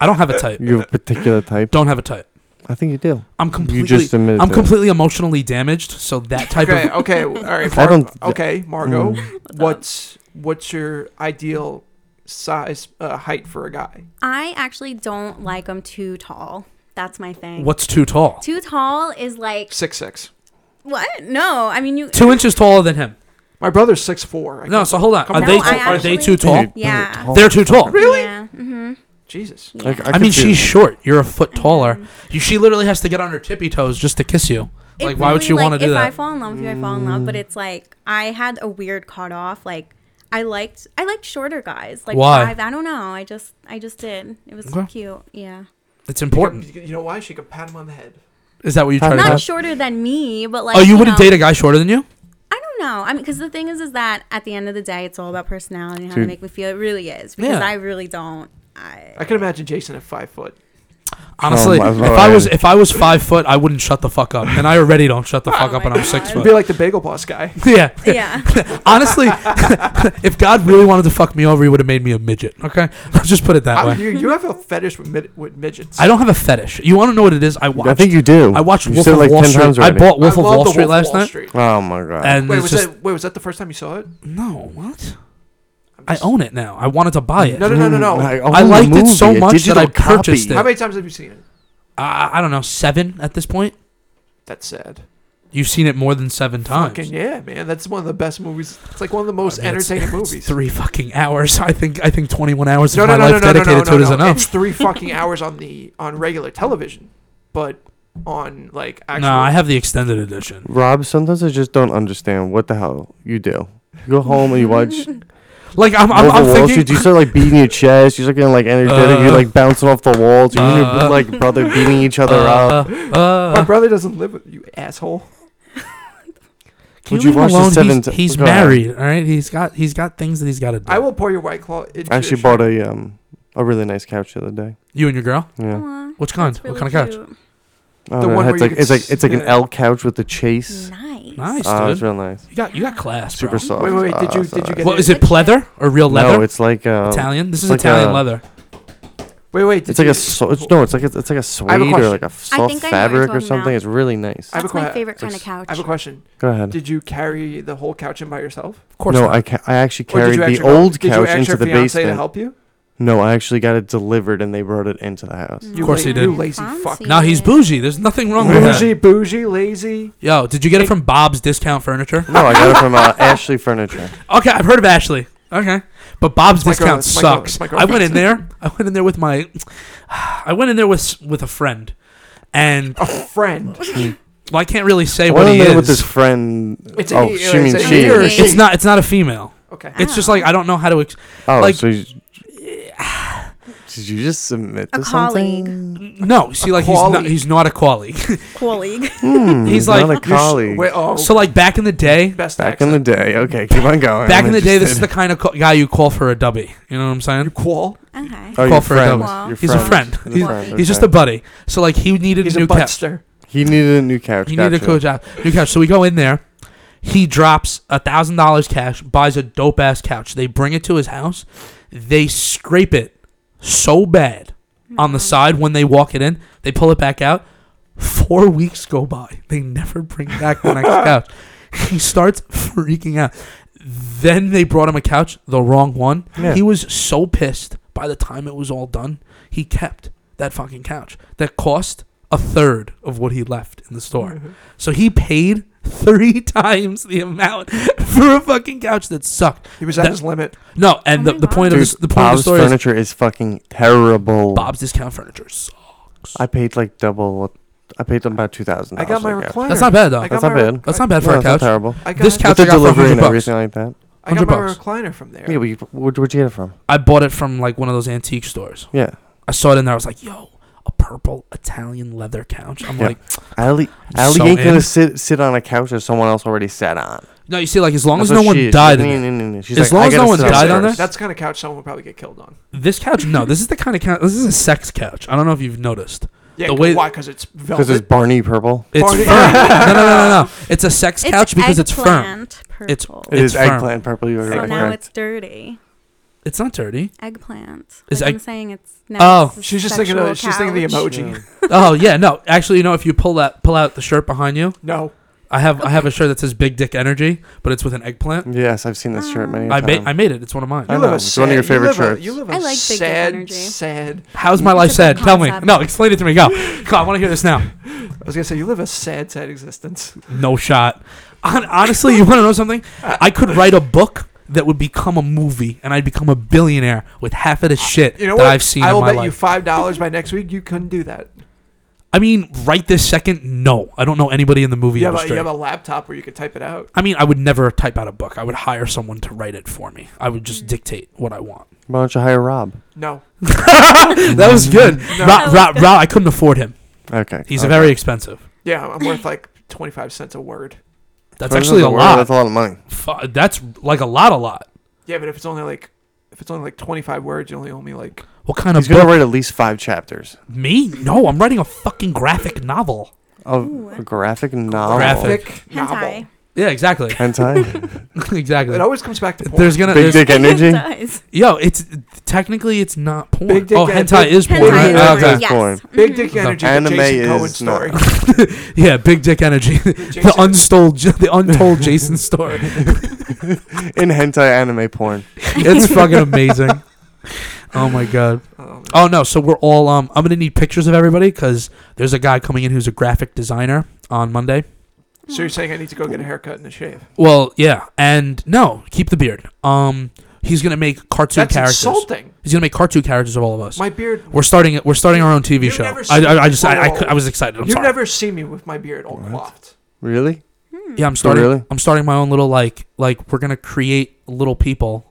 I don't have a type. Your particular type? Uh, Don't have a type. I think you do. I'm completely. just admitted I'm that. completely emotionally damaged. So that type Okay, of okay, all right. I Mar- don't- Mm. okay, Margot, What's up? what's what's your ideal size uh, height for a guy? I actually don't like them too tall. That's my thing. what's too tall? Too tall is like Six six. what? No, I mean you. Two inches taller than him. My brother's six four. No, so hold on. Are No, they I are they actually- too tall? Yeah. They're too tall. Really? Yeah. Mm-hmm. Jesus. yeah. Like, I could mean, see she's it. short. You're a foot taller. You, she literally has to get on her tippy toes just to kiss you. Mm-hmm. It Like, why would really, she want like, to do if that? I fall in love with you, I fall in love. But it's like I had a weird cutoff. Like I liked, I liked shorter guys. Like Why? Five, I don't know. I just, I just did. It was Okay. cute. Yeah. it's You, important. you know why? She could pat him on the head. Is that what you try to? Not do? shorter than me, but like. Oh, you wouldn't know, date a guy shorter than you? I don't know. I mean, because the thing is, is that at the end of the day, it's all about personality and how Dude. to make me feel. It really is because Yeah. I really don't. I, I can imagine Jason at five foot. Honestly, Oh, my if God. I was if I was five foot, I wouldn't shut the fuck up, and I already don't shut the fuck Oh up when my I'm six God. It'd foot. be like the bagel boss guy. Yeah. yeah. Honestly, if God really wanted to fuck me over, he would have made me a midget. Okay, let's just put it that I, way. you, you have a fetish with, mid, with midgets. I don't have a fetish. You want to know what it is? I watched. I think you do. I watched you Wolf said of like Wall 10 Street. times I already. bought Wolf of love Wall the Street Wolf last Wall night, Street. Oh my god. and Wait, it's was just that wait? Was that the first time you saw it? no. What? I'm I just- own it now. I wanted to buy it. No, no, no, no, no. Mm-hmm. I, I liked it so much that I purchased it. How many times have you seen it? I, I don't know. Seven at this point. That's sad. You've seen it more than seven times. Fucking yeah, man. That's one of the best movies. It's like one of the most I mean, it's- entertaining it's movies. three fucking hours. I think I think 21 hours No, of my no, no, no, life no, no, dedicated no, to it is no, no. enough. It's three fucking hours on the on regular television, but on like actual. No, I have the extended edition. Rob, sometimes I just don't understand what the hell you do. You go home and you watch Wolf Like I'm, I'm, I'm of Wall Street. thinking. You start like beating your chest. You start getting like energetic. Uh, you're like bouncing off the walls. You and uh, your like brother beating each other up. Uh, uh, My brother doesn't live with you, asshole. can Would you leave you him watch the alone? seven he's ti- he's Go ahead. married. All right, he's got he's got things that he's got to do. I will pour your white claw. Into I actually your bought a um a really nice couch the other day. you and your girl. Yeah. Aw, Which kind? that's What really kind of cute. I don't The know, one it's where you like could it's like it's like an sit. L couch with the chase. Nice. Nice, Oh, it's dude. real nice. You got you got class, Super bro. soft. Wait, wait, wait, did Oh, you- it's did you alright. get What is it? Pleather or real leather? No, it's like um, Italian. This is like Italian a- leather. Wait, wait. did It's like you- Oh, a so, it's, no, it's like a, it's like a have a suede or question. like a I know what soft you're fabric or talking something. about. it's really nice. I have a That's my que- favorite kind of couch. I have a question. Go ahead. Did you carry the whole couch in by yourself? Of course. no, not. I ca- I Or actually did carried you the ask your- old did you couch ask into your the fiancé to basement. help you? No, I actually got it delivered and they brought it into the house. You course la- he did. You lazy fuck. Mm-hmm. Fancy. Nah, he's bougie. There's nothing wrong with Bougie, that. bougie, lazy. Yo, did you get it from Bob's Discount Furniture? No, I got it from uh, Ashley Furniture. Okay, I've heard of Ashley. Okay, but Bob's It's my girl- discount it's my girl- sucks. it's my I went in girlfriend. there. I went in there with my. I went in there with s- with a friend, and A friend. well, I can't really say I what went in he there is. with this friend. It's a oh, he- she it's means a she. he or she. it's not. It's not a female. Okay. It's just like I don't know how to. Ex- Oh, like- so you, did you just submit A to something? no, see, like he's colleague. not. He's not a colleague. Colleague. Hmm, He's not like- a colleague. Wait, oh, so like back in the day, best Back in accent. the day. Okay, keep on going. back I'm in the day, this is interested. the kind of co- guy you call for a dubby. You know what I'm saying? Qual. Okay. Oh, call your for a friend. double. Your He's a friend. Your He's, friend, he's just a okay. buddy. So like he needed He's a a new couch. buttster. He needed a new couch. He needed a gotcha. coach out, new couch. So we go in there. He drops a thousand dollars cash, buys a dope ass couch. They bring it to his house. They scrape it so bad on the side when they walk it in. They pull it back out. Four weeks go by. They never bring back the next couch. He starts freaking out. Then they brought him a couch, the wrong one. Yeah. He was so pissed by the time it was all done, he kept that fucking couch that cost a third of what he left in the Mm. store. Mm-hmm. So he paid three times the amount for a fucking couch that sucked. He was at That- his limit. No, and Oh the, my the point of Dude, this, the point of the Bob's story is furniture is fucking terrible. Bob's discount furniture. sucks. I paid like double. what- I paid them about two thousand. I got my couch. recliner. That's not bad though. I got That's not my bad. rec- That's not bad for No, a it's not couch. terrible. I got, This couch With the I got for delivery 100 and bucks. everything like that. I 100 got my bucks. recliner from there. Yeah, but you, where'd, where'd you get it from? I bought it from like one of those antique stores. Yeah, I saw it in there. I was like, yo, a purple Italian leather couch. I'm Yeah. like, Ali. I'm Ali so ain't in. gonna sit sit on a couch that someone else already sat on. no, you see, like as long That's as no what one she is. She's died, like, in it. "Nee, nee, nee, nee." She's As like, long "I as gotta no one sit died on upstairs." this? That's the kind of couch someone would probably get killed on. this couch, no, this is the kind of couch. This is a sex couch. I don't know if you've noticed. Yeah, The way- why? Because it's Because it's velvet. Barney Purple. It's Party- firm. no, no, no, no, no. It's a sex It's couch because it's firm. eggplant It's- Purple. It It is is firm. eggplant purple. You're so right. now correct. it's dirty. It's not dirty. Eggplant. Is Is egg- I'm saying it's now Oh. it's a She's just thinking. sexual Of, she's thinking the couch. emoji. Yeah. oh yeah, no. Actually, you know, if you pull that, pull out the shirt behind you. No. I have I have a shirt that says Big Dick Energy, but it's with an eggplant. Yes, I've seen this shirt many I times. made I made it. It's one of mine. I You know, live a it's one of your sad- you favorite live a- shirts. You live a I like Big Dick sad, Energy. sad. How's my life It's a good sad? Tell me. concept. No, explain it to me. Go. Go. I want to hear this now. I was gonna say you live a sad, sad existence. No shot. Hon- Honestly, you want to know something? I could write a book that would become a movie, and I'd become a billionaire with half of the shit You know that what? I've seen I will in my bet life. you five dollars by next week you couldn't do that. I mean, right this second, no. I don't know anybody in the movie You have, a, industry. you have a laptop where you could type it out. I mean, I would never type out a book. I would hire someone to write it for me. I would just dictate what I want. Why don't you hire Rob? No. that was good. Rob, Rob, Rob, I couldn't afford him. Okay. He's okay. very expensive. Yeah, I'm worth like twenty five cents a word. That's Well, actually a that's lot. That's a lot of money. Fu- That's like a lot, a lot. Yeah, but if it's only like if it's only like twenty five words, you only owe me like What kind He's of book? gonna write at least five chapters Me? No, I'm writing a fucking graphic novel. of Ooh. a graphic novel. Graphic. novel. Hentai. Yeah, exactly. Hentai. exactly. It always comes back to porn. There's gonna Big there's, dick energy. Does. yo. It's technically it's not porn. Big dick oh, and- hentai big- is porn. Hentai right? is Oh, Okay. okay. Yes. Mm-hmm. Porn. Big dick energy. The Anime Jason Cohen is story. not- Yeah, big dick energy. the Jason- unstole, the untold Jason story. In hentai anime porn. It's fucking amazing. Oh my god. Um, Oh no. So we're all. Um, I'm gonna need pictures of everybody because there's a guy coming in who's a graphic designer on Monday. so you're saying I need to go get a haircut and a shave? Well, yeah, and no, keep the beard. Um, he's gonna make cartoon That's characters. insulting. He's gonna make cartoon characters of all of us. My beard. we're starting. We're starting our own TV You've show. never I, seen- I, I just. I, I, Whoa. cou- I was excited. I'm You've sorry. never seen me with my beard all clopped. Really? yeah, I'm starting. Oh, really? I'm starting my own little like like we're gonna create little people.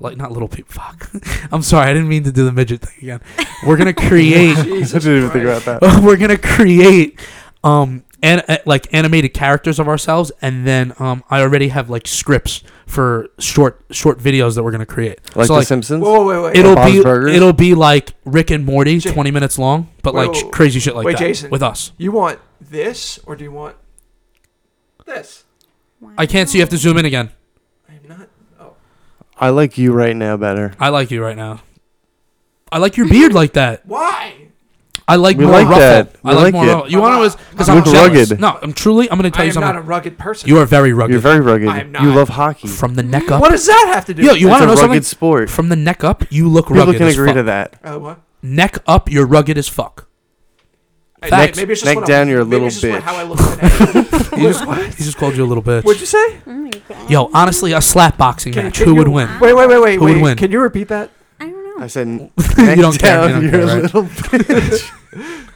Like not little people. Fuck. I'm sorry. I didn't mean to do the midget thing again. We're gonna create. I Jesus didn't even think Christ. about that. we're gonna create um and uh, like animated characters of ourselves and then um i already have like scripts for short short videos that we're gonna create Like so The like Simpsons. Whoa, wait, wait. it'll Bob's be Burgers? it'll be like rick and morty Ja- 20 minutes long but Wait, like sh- wait, crazy shit like wait, that Jason. with us you want this or do you want this? i can't see you have to zoom in again I'm not. Oh, I like you right now better. i like you right now i like your beard like that why? i like We more like ruffle that. i We like, like more it. ruffle. you want to is because i'm Look jealous. rugged. no i'm truly i'm gonna I tell you am not a something rugged person. you are very You're rugged very rugged. I'm not. You love hockey. from the neck up what does that have to do? Yo, with you it? it's wanna a know something? rugged sport. from the neck up you look rugged People can as agree fuck. to that. Uh, what? neck up, you're rugged as fuck. Hey, Neck- maybe it's just neck what I- down, you're a maybe little it's just what- bitch. How I look today. He just, he just called you a little What'd bitch. you say? Oh my god. Yo, honestly, a slap boxing Can- match. can Who you- would win? Wait, wait, wait, wait. Who would wait. win? Can you repeat that? I don't know. I said, you You don't care, you don't you're care, a right? little bitch.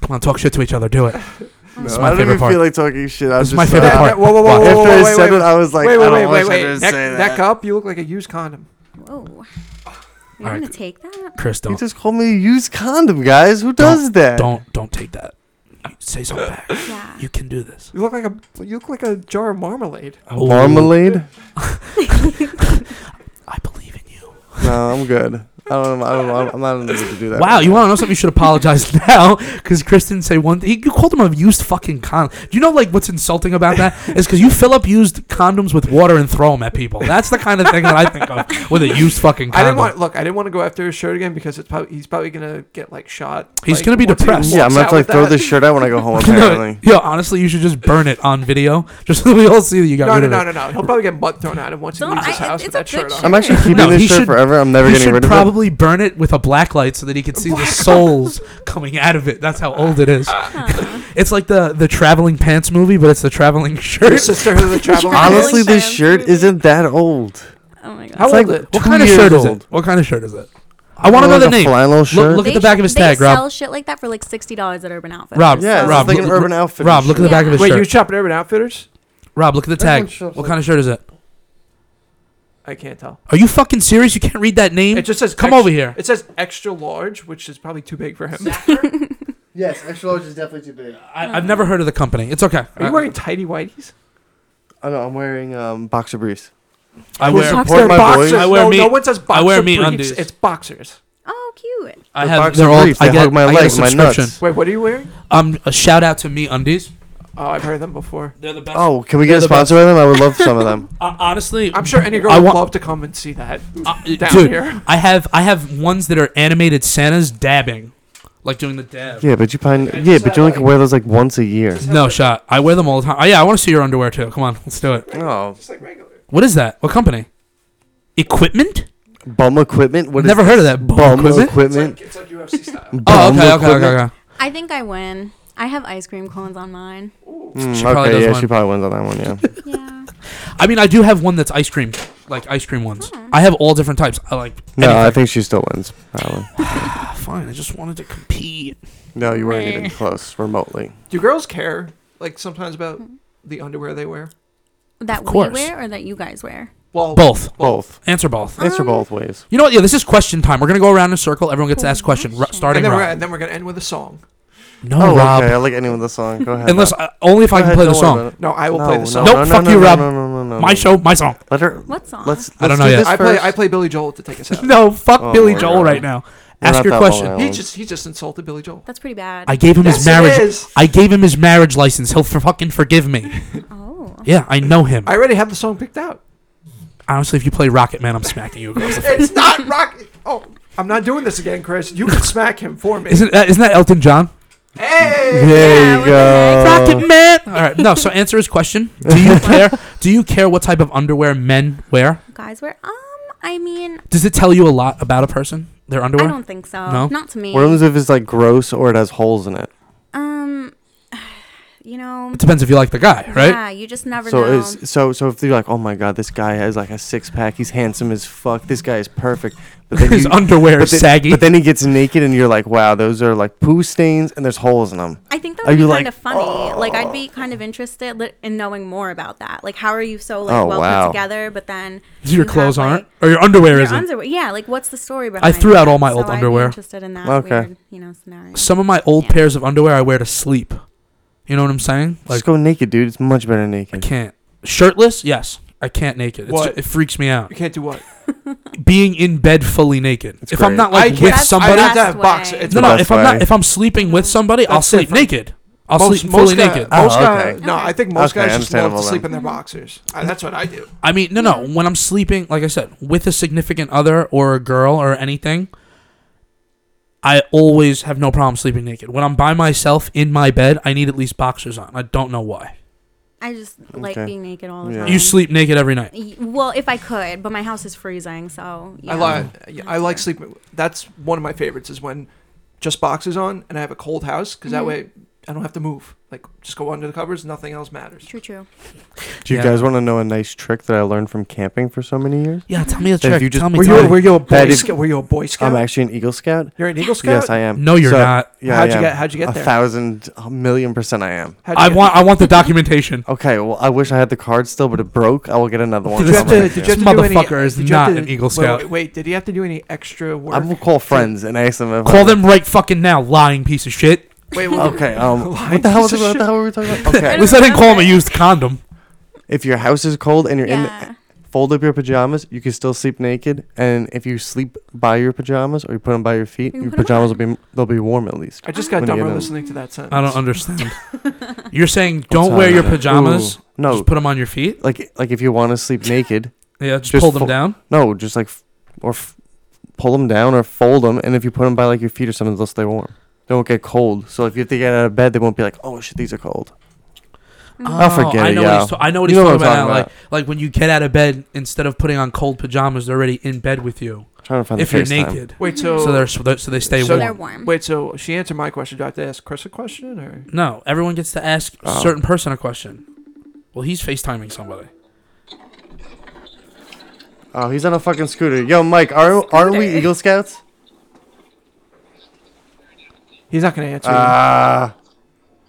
Come on, talk shit to each other. Do it. This is I my don't favorite even feel part. like talking shit. I was This is just my favorite like- part. Whoa, whoa, whoa, Why? whoa, After whoa, I wait, said wait. it, I was like, wait, I wait, don't wait, wait, wish I wait. didn't Neck, say that. neck up. You look like a used condom. Whoa. You All want right. to take that? Chris, You don't, just called me a used condom, guys. Who does that? don't, don't take that. You Say something back. Yeah. You can do this. You look like a you look like a jar of marmalade. Ooh, Marmalade? I believe in you. No, I'm good. I don't. I don't. I'm- I'm not in the mood to do that. Wow, you want to know something? You should apologize now because Chris didn't say one thing. You called him a used fucking condom. Do you know like what's insulting about that? Is because you fill up used condoms with water and throw them at people. That's the kind of thing that I think of with a used fucking condom. I didn't want look. I didn't want to go after his shirt again because it's probably he's probably gonna get like shot. He's like, gonna be once he depressed. Yeah, I'm walks gonna have out to like with throw that. this shirt out when I go home. No, Apparently, yo, honestly, you should just burn it on video, just so we all see that you got No, rid no, of no, it. no, no. He'll probably get mud thrown at him once he Don't- leaves his I- house it's with a that shirt picture. on. I'm actually keeping No, this he shirt should- forever. I'm never You getting should rid of it. probably burn it with a black light so that he can see the souls coming out of it. That's how old it is. it's like the the traveling pants movie, but it's the traveling Your shirt. sister who the travel. Honestly, Really this fast shirt movie. isn't that old. Oh my god. How It's like old it? What two kind of years shirt is old. it? What kind of shirt is it? I want to know Like the a name. Flannel shirt. look at They the back sh- of his they tag, Rob. sell shit like that for like sixty dollars at Urban Outfitters. Rob, yeah, Rob, it's like an look- Urban look- Outfitters. Rob, look at the shirt. back of his Wait, you shirt. shopping at Urban Outfitters? Rob, look at the tag. Everyone shops What like- kind of shirt is it? I can't tell. Are you fucking serious? You can't read that name. It just says Come ex- over here. It says extra large, which is probably too big for him. Yes, extra large is definitely too big. I, I've never heard of the company. It's okay. Are you wearing tidy whities? I know. I'm wearing um, boxer briefs. I They're wear. Boxer- boxers. my boys. I wear no, me- no one says boxer I wear me briefs. undies. It's boxers. Oh, cute. I The have. boxer They're all. briefs, I they get. hug my I get a legs, my subscription. nuts. Wait, what are you wearing? Um, a shout out to Me Undies. Oh, I've heard them before. They're the best. Oh, can we They're get a the sponsor by them? I would love some of them. Uh, honestly, I'm sure any girl I would want- love to come and see that uh, down dude, here. I have I have ones that are animated Santas dabbing, like doing the dab. Yeah, but you find. Yeah, but you only can wear those like once a year. No shot. I wear them all the time. Oh, yeah, I want to see your underwear too. Come on, let's do it. Oh, Just like regular. What is that? What company? Equipment? bum equipment. What is Never heard of that. bum equipment. equipment? It's like UFC style. Oh, Bum okay, okay, okay, equipment? okay. I think I win. I have ice cream cones on mine. Mm, She probably okay, does yeah, one. she probably wins on that one. Yeah. Yeah. I mean, I do have one that's ice cream, like ice cream ones. Hmm. I have all different types. I like. No, I anything. think she still wins. That one. Ah, fine. I just wanted to compete. No, you weren't Meh. even close remotely. Do girls care, like, sometimes about the underwear they wear? That Of course. we wear or that you guys wear? Well, Both. Both. Answer both. Answer Um, both ways. You know what? Yeah, this is question time. We're gonna go around in a circle. Everyone gets to ask question. Ru- Question. starting And then, we're, Rob. and then we're going to end with a song. No, Oh, Rob. okay. I like anyone the song. Go ahead. Unless Rob. uh, only if Go I can ahead, play the don't worry song. about it. No, I will no, play no, the song. Nope, No, fuck no, you, no, Rob. No, no, no, no, no. My show, my song. Let her. What song? Let's. I don't let's know do yet. this I play, first. I play Billy Joel to take us out. No, fuck Oh Billy my Joel God. right now. We're Ask not your that question. Long He Island. just he just insulted Billy Joel. That's pretty bad. I gave him Yes, his it marriage. is. I gave him his marriage license. He'll for fucking forgive me. oh. Yeah, I know him. I already have the song picked out. Honestly, if you play Rocket Man, I'm smacking you across the face. It's not rock. Oh, I'm not doing this again, Chris. You can smack him for me. Isn't that, isn't that Elton John? hey, Yeah, There what you the heck? go. Rocket Man. Uh, All right. No. So answer his question. Do you care? Do you care what type of underwear men wear? Guys were um I mean Does it tell you a lot about a person? Their I underwear. don't think so. No? Not to me. What happens if it's like gross or it has holes in it? Um you know It depends if you like the guy, right? Yeah, you just never So know. is so so if you're like, oh my god, this guy has like a six pack, he's handsome as fuck, this guy is perfect. But His you- underwear but is then- saggy. But then he gets naked, and you're like, wow, those are like poo stains, and there's holes in them. I think that Are would be you kind like, of funny. "Oh." Like I'd be kind of interested li- in knowing more about that. Like how are you so like Oh, well wow. put together, but then you your have, clothes like, aren't, or your underwear your isn't. underwear- Yeah, like what's the story behind? threw out that? all my old I'd be underwear. interested in that Okay. weird, you know, scenario. Some of my old Yeah. pairs of underwear I wear to sleep. You know what I'm saying? Like Just go naked, dude. It's much better I naked. can't shirtless. Yes, I can't naked. It's, What? it freaks me out. you can't do what? Being in bed fully naked. It's if I'm great. not like I with can't- somebody, I have to Best have way. boxer. It's no, the no. best If I'm not, way. if I'm sleeping with somebody, I'll That's sleep different. naked. I'll sleep fully most guys, naked. Oh, Most guys, okay. no, I think most Okay, guys just love to understandable sleep then. in their boxers. Uh, that's what I do. I mean, no, no. When I'm sleeping, like I said, with a significant other or a girl or anything, I always have no problem sleeping naked. When I'm by myself in my bed, I need at least boxers on. I don't know why. I just like Okay. being naked all the Yeah. time. You sleep naked every night. Y- Well, if I could, but my house is freezing, so yeah. I like yeah, I like sleeping. That's one of my favorites is when just boxers on and I have a cold house because that Mm-hmm. Mhm. way I don't have to move. Like just go under the covers, nothing else matters. True, true. Do you Yeah. guys want to know a nice trick that I learned from camping for so many years? Yeah, tell me a Then if trick. you just- tell me. Were tell you, me. were you a boy That is- scout? Were you a boy scout? I'm actually an Eagle Scout. You're an Eagle Scout. Yes, I am. no, you're So- not. Yeah, how'd I you am. get? How'd you get a there? thousand, a million percent, I am. How'd you I get want. I want the documentation. Okay, well, I wish I had the card still, but it broke. I will get another one. Did you have to, somewhere. did you This have to do any, motherfucker is did you have not to- an Eagle wait, Scout. Wait, wait, did he have to do any extra work? I will call friends and ask them if Call I- them right fucking now, lying piece of shit. wait, wait, wait. Okay. Um. Lying what the hell? piece Was, of what the shit. hell were we talking about? At Okay. least I didn't call him a used condom. if your house is cold and you're in, Oh. Yeah. fold up your pajamas. You can still sleep naked, and if you sleep by your pajamas or you put them by your feet, You your put 'em pajamas will be they'll be warm at least. I just got When you dumber get in. listening to that sentence. I don't understand. You're saying don't wear your Ooh, pajamas. no. Just put them on your feet. like like if you want to sleep naked, Yeah, just, Just pull them fo- down. no, just like f- or f- pull them down or fold them, and if you put them by like your feet or something, they'll stay warm. They won't get cold. So if you have to get out of bed, they won't be like, oh shit, these are cold. Mm-hmm. I'll Oh, forget I it, know what yeah. he's, ta- I know what You he's know talking what about. I'm now, talking Like, like when you get out of bed, instead of putting on cold pajamas, they're already in bed with you I'm trying to find if the you're FaceTime. naked. Wait, so, So they're so they so they stay So- So warm. they're warm. wait, so she answered my question. Do I have to ask Chris a question or? No, everyone gets to ask a Oh. certain person a question. Well, he's FaceTiming somebody. Oh, he's on a fucking scooter. Yo, Mike, are aren't we Scooter. Eagle Scouts? He's not going to answer. you. Ah,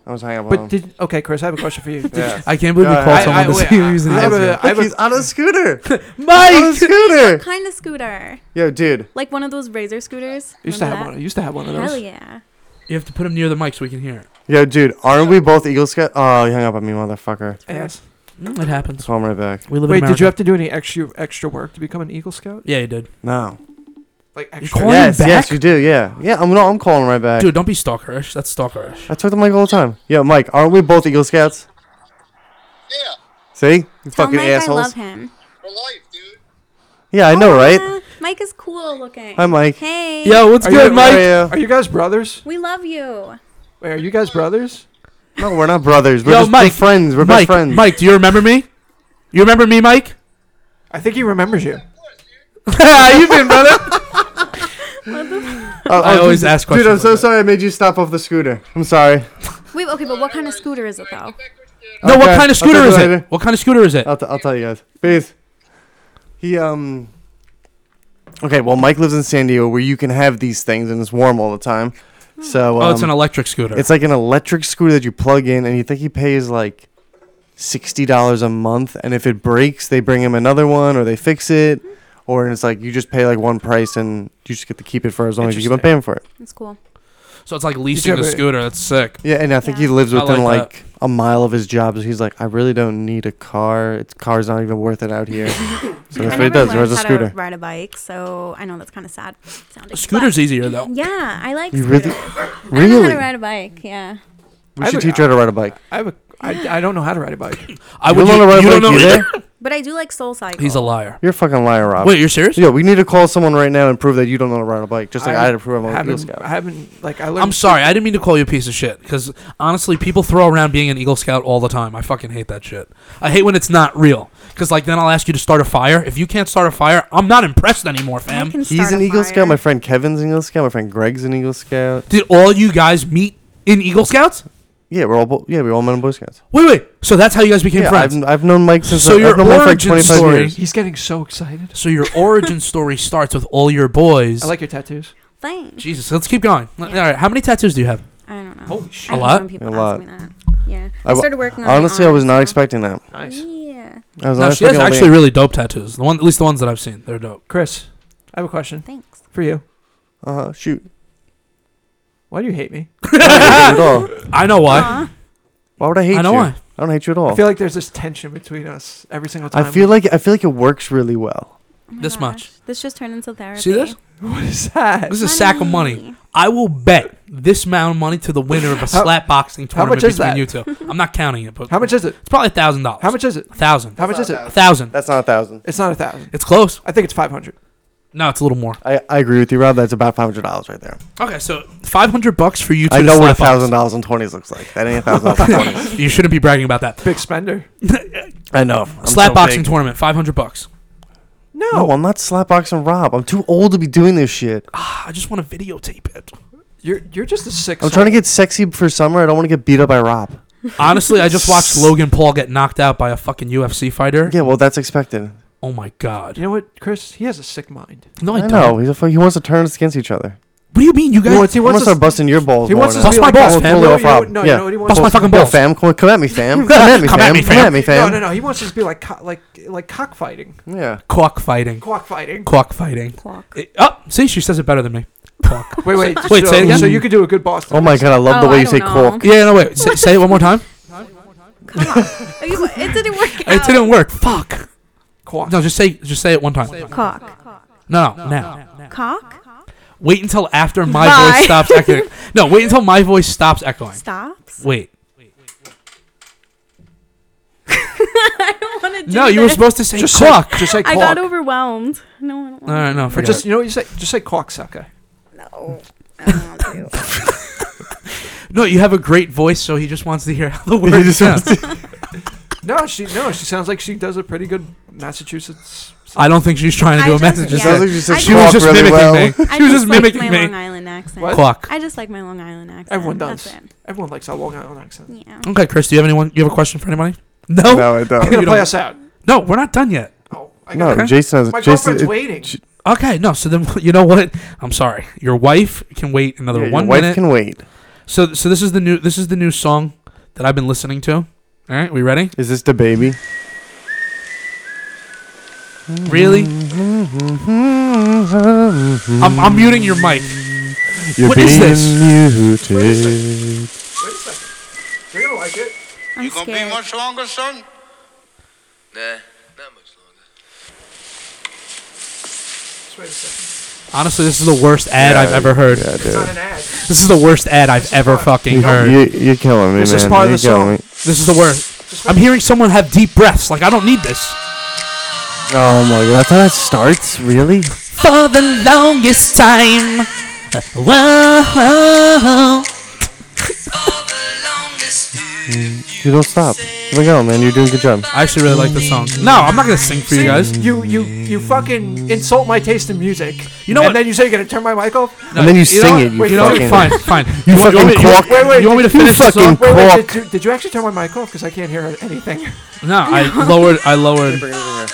I was hanging up. on him. But did okay, Chris? I have a question for you. Did Yeah. you- I can't believe we Yeah, called I- someone I- to wait, see who's an I have answer. a- I Look, he's on a scooter. on a Mike. scooter. kind of scooter, Yo, dude. like one of those razor scooters. I used to have Remember one. I used to have one of that? Hell those. yeah. You have to put him near the mic so we can hear it. Yo, dude. Aren't we both Eagle Scout? Oh, you hung up on me, motherfucker. Yes. Mm, It happens. So I'm right back. We live Wait, in did America. you have to do any extra extra work to become an Eagle Scout? Yeah, you did. No. Like call extra. him yes, back? yes, you do. Yeah, yeah. I'm no, I'm calling right back. Dude, don't be stalkerish. That's stalkerish. I talk to Mike all the time. Yo, Mike. Aren't we both Eagle Scouts? Yeah, See, you Tell fucking Mike assholes. I love him. for life, dude. Yeah, I know, right? Ah, Mike is cool looking. Hi, Mike. Hey. Yo, what's Are good, you- Mike? How are Are you guys brothers? We love you. Wait, are you guys brothers? you? No, we're not brothers. We're Yo, just Mike. We're friends. We're Mike, best friends. Mike, do you remember me? You remember me, Mike? I think he remembers you. How you been, brother? Oh, oh, I always dude, ask Dude, I'm questions so like that. sorry. I made you stop off the scooter. I'm sorry. Wait, okay, but what kind of scooter is it though? No, what Okay, Uh, kind of I'll talk scooter to you is later. it? What kind of scooter is it? I'll, t- I'll tell you guys. Peace. He, um. Okay, well, Mike lives in San Diego where you can have these things and it's warm all the time. So, um, oh, it's an electric scooter. it's like an electric scooter that you plug in, and you think he pays like $60 a month. And if it breaks, they bring him another one or they fix it. Or it's like you just pay like one price and you just get to keep it for as long as you keep on Interesting. paying for it. That's cool. So it's like leasing ever- the scooter. That's sick. Yeah, and I think he Yeah. lives I within like like, a mile of his job. So he's like, I really don't need a car. It's car's not even worth it out here. so that's I what he never does. learned He Wears a how scooter. to ride a bike, so I know that's kind of sad. Sounding, Scooter's easier though. but- Yeah, I like. You scooters. really, I know how really. to ride a bike. Yeah. I We should would- teach her to ride a bike. I have a. I, I don't know how to ride a bike. I You would. don't know how to you ride a don't know. bike either? But I do like Soul Cycle. He's a liar. You're a fucking liar, Rob. Wait, you're serious? Yeah, we need to call someone right now and prove that you don't know how to ride a bike, just like I, had to prove I'm an Eagle haven't, I Scout. haven't like I learned. I'm sorry. I didn't mean to call you a piece of shit. Because honestly, people throw around being an Eagle Scout all the time. I fucking hate that shit. I hate when it's not real. Because like then I'll ask you to start a fire. If you can't start a fire, I'm not impressed anymore, I fam. can He's start an a Eagle fire. Scout. My friend Kevin's an Eagle Scout. My friend Greg's an Eagle Scout. Did all you guys meet in Eagle Scouts? Yeah, we're all bo- yeah we all met in Boy Scouts. Wait, wait. So that's how you guys became Yeah, friends. I've, I've known Mike since So I- I've your known Mike for like origin 25 story- years. He's getting so excited. so your origin story starts with all your boys. I like your tattoos. Thanks. Jesus, let's keep going. All Yeah. right, how many tattoos do you have? I don't know. Holy I Oh, shit. hate A lot? When people A ask lot. me that. Yeah. I I wa- started working on. my Honestly, I was arms not now. expecting that. Nice. Yeah. I was No, not she has expecting all the- actually really dope tattoos. The one, at least the ones that I've seen, they're dope. Chris, I have a question Thanks. for you. Uh, shoot. Why do you hate me? I don't hate you at all. I know why. Aw. Why would I hate I know you? why. I don't hate you at all. I feel like there's this tension between us every single time. Oh. I feel like I feel like it works really well. Oh my This gosh. much. This just turned into therapy. See this? what is that? This is a sack of money. I will bet this amount of money to the winner of a How- slap boxing how tournament much is between you two. I'm not counting it, but How much is it? It's probably a thousand dollars. How much is it? A thousand. How much is it? A thousand. That's not a thousand. It's not a thousand. It's close. I think it's five hundred. No, it's a little more. I, I agree with you, Rob. That's about five hundred dollars right there. Okay, so five hundred bucks for you two. I to know what a slap box. thousand dollars and twenties looks like. That ain't a thousand dollars and twenties. You shouldn't be bragging about that. Big spender. I know. I'm slap so boxing big. tournament, five hundred bucks. No. No, I'm not slapboxing Rob. I'm too old to be doing this shit. Ah, I just want to videotape it. You're you're just a sick. I'm trying to get sexy for summer. I don't want to get beat up by Rob. Honestly, I just watched Logan Paul get knocked out by a fucking UFC fighter. Yeah, well, that's expected. Oh my god. You know what, Chris? He has a sick mind. No, I, I don't. know. He's a fu- he wants to turn us against each other. What do you mean, you guys? He wants to start busting your balls. He more wants now. us Bust to be my like balls, that. fam. No, Totally you know off what- Rob. No, Yeah. you know what he wants? Bust my fucking No, balls. fam, come, come at me, fam. Come at me, Come fam. at me, Come at me, No, fam. no, no. He wants us to be like co- like like cockfighting, Yeah. Quack fighting. quack fighting. Quack fighting. Clock. It- oh, see, she says it better than me. Quack. Wait, wait, Wait, So, say it again? so you could do a good Boston. Oh my god, I love the Oh, way I you say don't know. cork. yeah, no, wait. Say, say it one more time. Come on. Are you- it didn't work out. It didn't work. Fuck. Quack. No, just say, just say it one time. No, Cock. no, now. Cock. Wait until after my Bye. voice stops echoing. No, wait until my voice stops echoing. Stops. Wait. I don't want to do No, you were this. supposed to say Just say, quack. just say I quack. got overwhelmed. No, I don't All want right, no, Or forget just it. you know what you say? Just say cocksucker. No. I don't want to. No, you have a great voice, so he just wants to hear how the He word just sounds. No, she no, she sounds like she does a pretty good Massachusetts. I don't think she's trying to I do a just- message. yeah. just Sounds yet. like you said I She was Talk just really mimicking well. me. I She was just just like mimicking my me. Long Island accent. What? Clock. I just like my Long Island accent. Everyone That's does. it. Everyone likes a Long Island accent. Yeah. Okay, Chris, do you have anyone? You have a question for anybody? No. No, No, I I'm don't. You gonna play don't- us out. we're not done yet. Oh, I No, got Okay. Jason has. my Jason, girlfriend's it- waiting. she- Okay, no. So then, you know what? I'm sorry. Your wife can wait another yeah, your one wife minute. can wait. So, so this is the new. This is the new song that I've been listening to. All right, we ready? Is this the baby? Really? I'm, I'm muting your mic. You're What being is muted. Wait a second. You're gonna like it. I'm You gonna be scared. much longer, son? Nah, not much longer. Just wait a second. Honestly, this is the worst ad I've ever heard. Yeah, It's not dude. an ad. This is the worst ad I've ever fucking heard. You, you're killing me, This man. is part of you're the killing me. This is the worst. I'm hearing someone have deep breaths. Like I don't need this. Oh my god, that's how that starts? Really? For the longest time. Whoa. You don't stop. Keep it going, man. You're doing a good job. I actually really like this song. No, I'm not gonna sing for you guys. You you you fucking insult my taste in music. You know and what- then you say you're gonna turn my mic off. and then you, you know sing what? it. You Wait, You know, fucking. fine, fine. You want- want fucking me- you want- cork. Wait, wait, You want me to you finish the fucking song? Wait, wait, cork. did, you- did you actually turn my mic off? Because I can't hear anything. No, I lowered. I lowered. Bring it over here.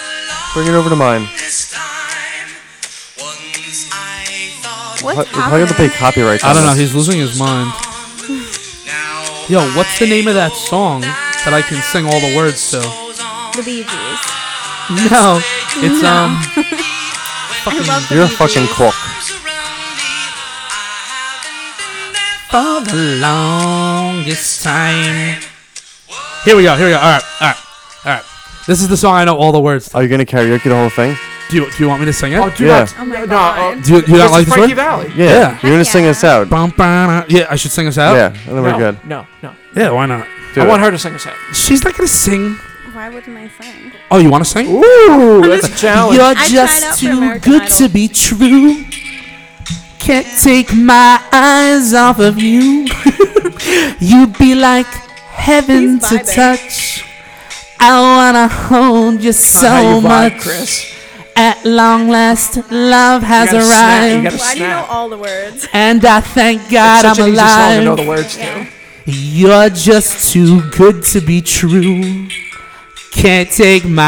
Bring it over to mine. this time. Once I thought What's How are you gonna pay happening? copyright? I on don't know. this? He's losing his mind. now Yo, what's the name of that song that I can sing all the words to? The Bee Gees. No, it's um. I love the You're a Bee fucking Gees. cork. arms around me, I haven't been there for for the longest time. Here we go. Here we go. All right. All right. All right. This is the song I know all the words. to. Are you gonna karaoke the whole thing? Do you, do you want me to sing it? Oh, do Yeah. not. Oh my no, God. No, do you, do you not like is this Frankie one? Valley. Yeah. Yeah. You're gonna sing Yeah. us out. Bum, ba, da. Yeah, I should sing us out. Yeah, and then no, we're good. No, no. Yeah. Why not? Do I it. want her to sing us out. She's not gonna sing. Why wouldn't I sing? Oh, you want to sing? Ooh, that's a challenge. You're tried out just for too American good Idol. to be true. Can't take my eyes off of you. You'd be like heaven He's to vibing. touch. I wanna hold you so How you vibe, much. Chris. At long last, love has gotta snap- you arrived, gotta Why do you know Snap. all the words? and I thank It's God such I'm an easy song to know the alive. words to. You're just too good to be true. Can't take my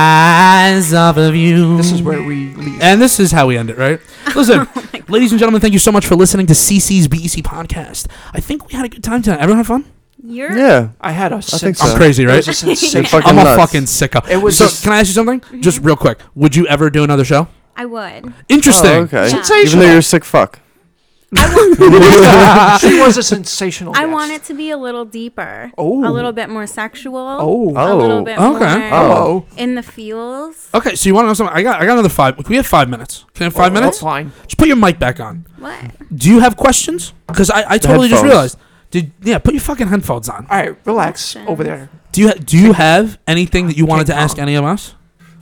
eyes off of you. This is where we leave. And this is how we end it, right? Listen, ladies and gentlemen, thank you so much for listening to CC's BEC E podcast. I think we had a good time tonight. Everyone had fun? You're Yeah. I had a six. so. I'm crazy, It was right? a sensation. fucking I'm a nuts. fucking sicko. It was so, just- can I ask you something? Just real quick. Would you ever do another show? I would. Interesting. Oh, okay. Sensational. Even though you're a sick fuck. she was a sensational. I guest. want it to be a little deeper. Oh. A little bit more sexual. Oh. A Oh. little bit Okay. more Hello. in the feels. Okay, so you want to know something? I got, I got another five. Can we have five minutes? Can I have five Oh, minutes? Fine. Just put your mic back on. What? Do you have questions? Because I, I totally just headphones. realized. Did, yeah, put your fucking headphones on. All right, relax Questions. over there. Do you ha- do you have anything that you wanted to Can't ask um, talk. any of us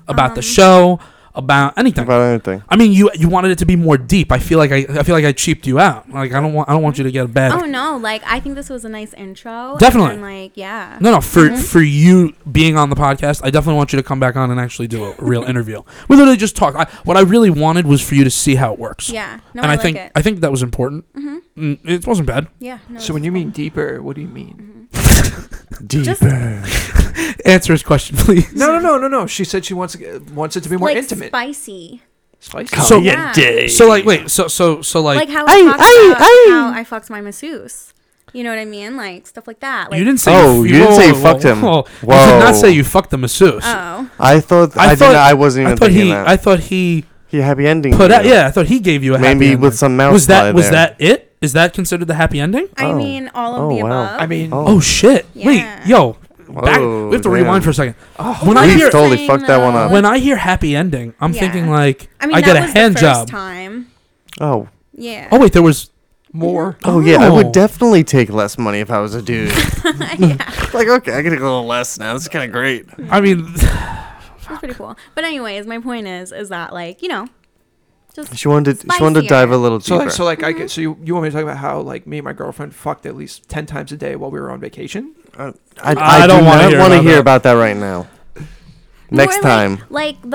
about the show, about anything? About anything. I mean, you you wanted it to be more deep. I feel like I, I feel like I cheaped you out. Like I don't want I don't want you to get a bad. Oh no! Like I think this was a nice intro. Definitely. And, like yeah. No, no. For mm-hmm. for you being on the podcast, I definitely want you to come back on and actually do a real interview. We literally just talk. I, what I really wanted was for you to see how it works. Yeah. No, and I, I, like think it. Mm-hmm. I think that was important. Mm, It wasn't bad. yeah. No, So when you mean deeper, what do you mean? just Answer his question, please. No, no, no, no, no. She said she wants uh, wants it to be more Mm-hmm. like intimate. spicy, Spicy. So Yeah. day. So like wait. So so so like. like how Hey, I talked hey, about hey. how I fucked my masseuse. You know what I mean? Like stuff like that. Like, you didn't say. Oh, f- you didn't say you fucked him. You did not Whoa. say you fucked the masseuse. Oh. I thought I, thought didn't, I wasn't even I thought thinking he. that. I thought he he happy ending. put you. out. Yeah, I thought he gave you a happy Maybe ending. with some mouth Was fly that was there. that it? Is that considered the happy ending? I Oh. mean all of Oh, the wow. above. I mean, Oh. Oh shit! Yeah. Wait, yo, back, Whoa, we have to Oh, damn. Oh, rewind for a second. when I We hear totally Saying fucked that one up. no. when I hear happy ending, I'm Yeah. thinking like I, I mean that get a was hand the first job. time. Oh. Yeah. Oh wait, there was. more. Oh yeah, I Oh. would definitely take less money if I was a dude. like okay, I get a little less now. This is kind of great. I mean, It was pretty cool. But anyways, my point is, is that like you know, just She wanted to, she wanted to Spicier. dive a little So deeper. like, so like Mm-hmm. I could, so you, you want me to talk about how like me and my girlfriend fucked at least ten times a day while we were on vacation? I I, I, don't do wanna not hear want to about hear that. about that right now. Next more time. Like, like the,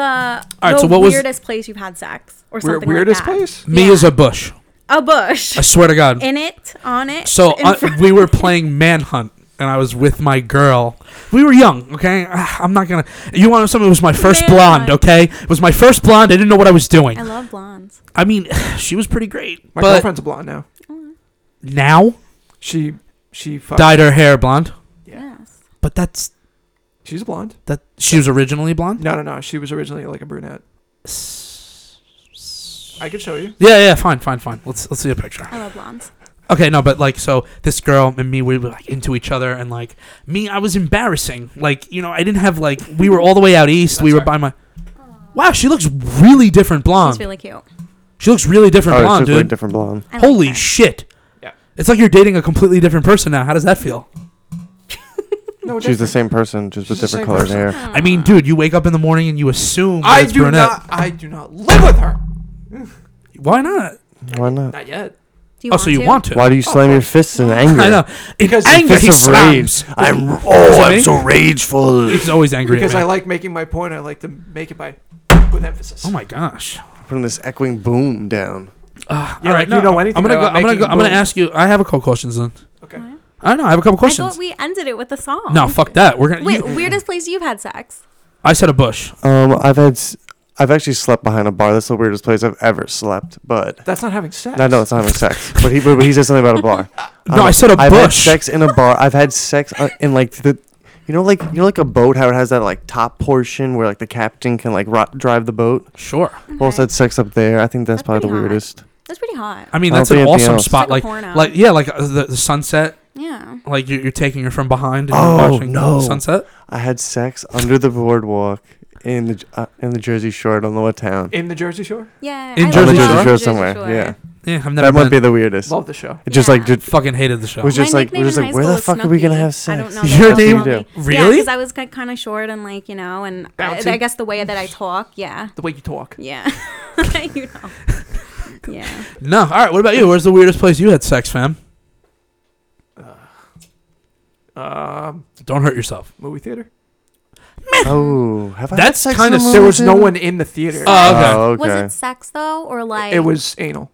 right, the so what was- weirdest place you've had sex or We're something. weirdest like that. place. me Yeah. as a bush. A bush. I swear to God. in it, on it. so in uh, front- we were playing manhunt, and I was with my girl. We were young, okay. Ah, I'm not gonna. You want to know something? It was my first Manhunt. blonde, okay. It was my first blonde. I didn't know what I was doing. I love blondes. I mean, she was pretty great, My but girlfriend's a blonde now. now She she fucked. dyed her hair blonde. Yes. But that's She's a blonde. that. She was originally blonde. No, no, no. She was originally like a brunette. I could show you. Yeah, yeah, fine, fine, fine. Let's let's see a picture. I love blondes. Okay, no, but like, so this girl and me, we were like into each other, and like me, I was embarrassing. Like, you know, I didn't have like we were all the way out east. we were by my. Wow, she looks really different blonde. She's really cute. she looks really different Oh, blonde, it's just like dude. different blonde. I like Holy her. shit! Yeah. It's like you're dating a completely different person now. How does that feel? No, She's the different. same person, just with She's the same different colored person. hair. I mean, dude, you wake up in the morning and you assume. that I it's do brunette. not. I do not live with her. Why not? Why not? Not yet. Do oh, so you to? want to? Why do you slam your fists in anger? I know. Because Because anger, he Fists of slams. rage. I'm oh, me? I'm so rageful. He's always angry. Because at I me. like making my point. I like to make it by with emphasis. Oh my gosh. Putting this echoing boom down. All like, you know anything I'm gonna go. about I'm gonna making go. I'm gonna boom. ask you. I have a couple questions then. Okay. I know. I have a couple I thought questions. we ended it with a song. no, fuck that. We're gonna. Wait, you- weirdest place you've had sex? I said a bush. Um, I've had, s- I've actually slept behind a bar. That's the weirdest place I've ever slept. But That's not having sex. no, no, it's not having sex. But he, but he said something about a bar. No, I said a I've bush. had sex in Um, a bar. I've had sex uh, in like the, you know, like you know, like a boat. How it has that like top portion where like the captain can like ro- drive the boat. Sure. I've Also had sex up there. I think that's, That's probably the pretty hot. weirdest. That's pretty hot. I mean, I'll that's be an at the awesome house. spot. It's Like, like a porno. like yeah, like uh, the, the sunset. yeah. Like you're, you're taking her from behind and you're Oh, watching no. the sunset. I had sex under the boardwalk in the uh, in the Jersey Shore. I don't know what town. in the Jersey Shore. Yeah. In I Jersey love Shore somewhere, yeah. Yeah, I've never That might be been. the weirdest. Love the show. Just like Yeah. did, Fucking hated the show. was My just like nickname we're just in like high where the school fuck is are we gonna Snooki. have sex? I don't know. Your Your name- name? Really? Because I was kind of short and like you know, and I, Bouncy? I guess the way that I talk, yeah, The way you talk. yeah, you know, yeah. no. All right. What about you? Where's the weirdest place you had sex, fam? Um, Don't hurt yourself. movie theater. Oh, have I? had That's sex kinda- in a There was no movie? one in the theater. Uh, Okay. Oh, okay. Was it sex though, or like it was anal.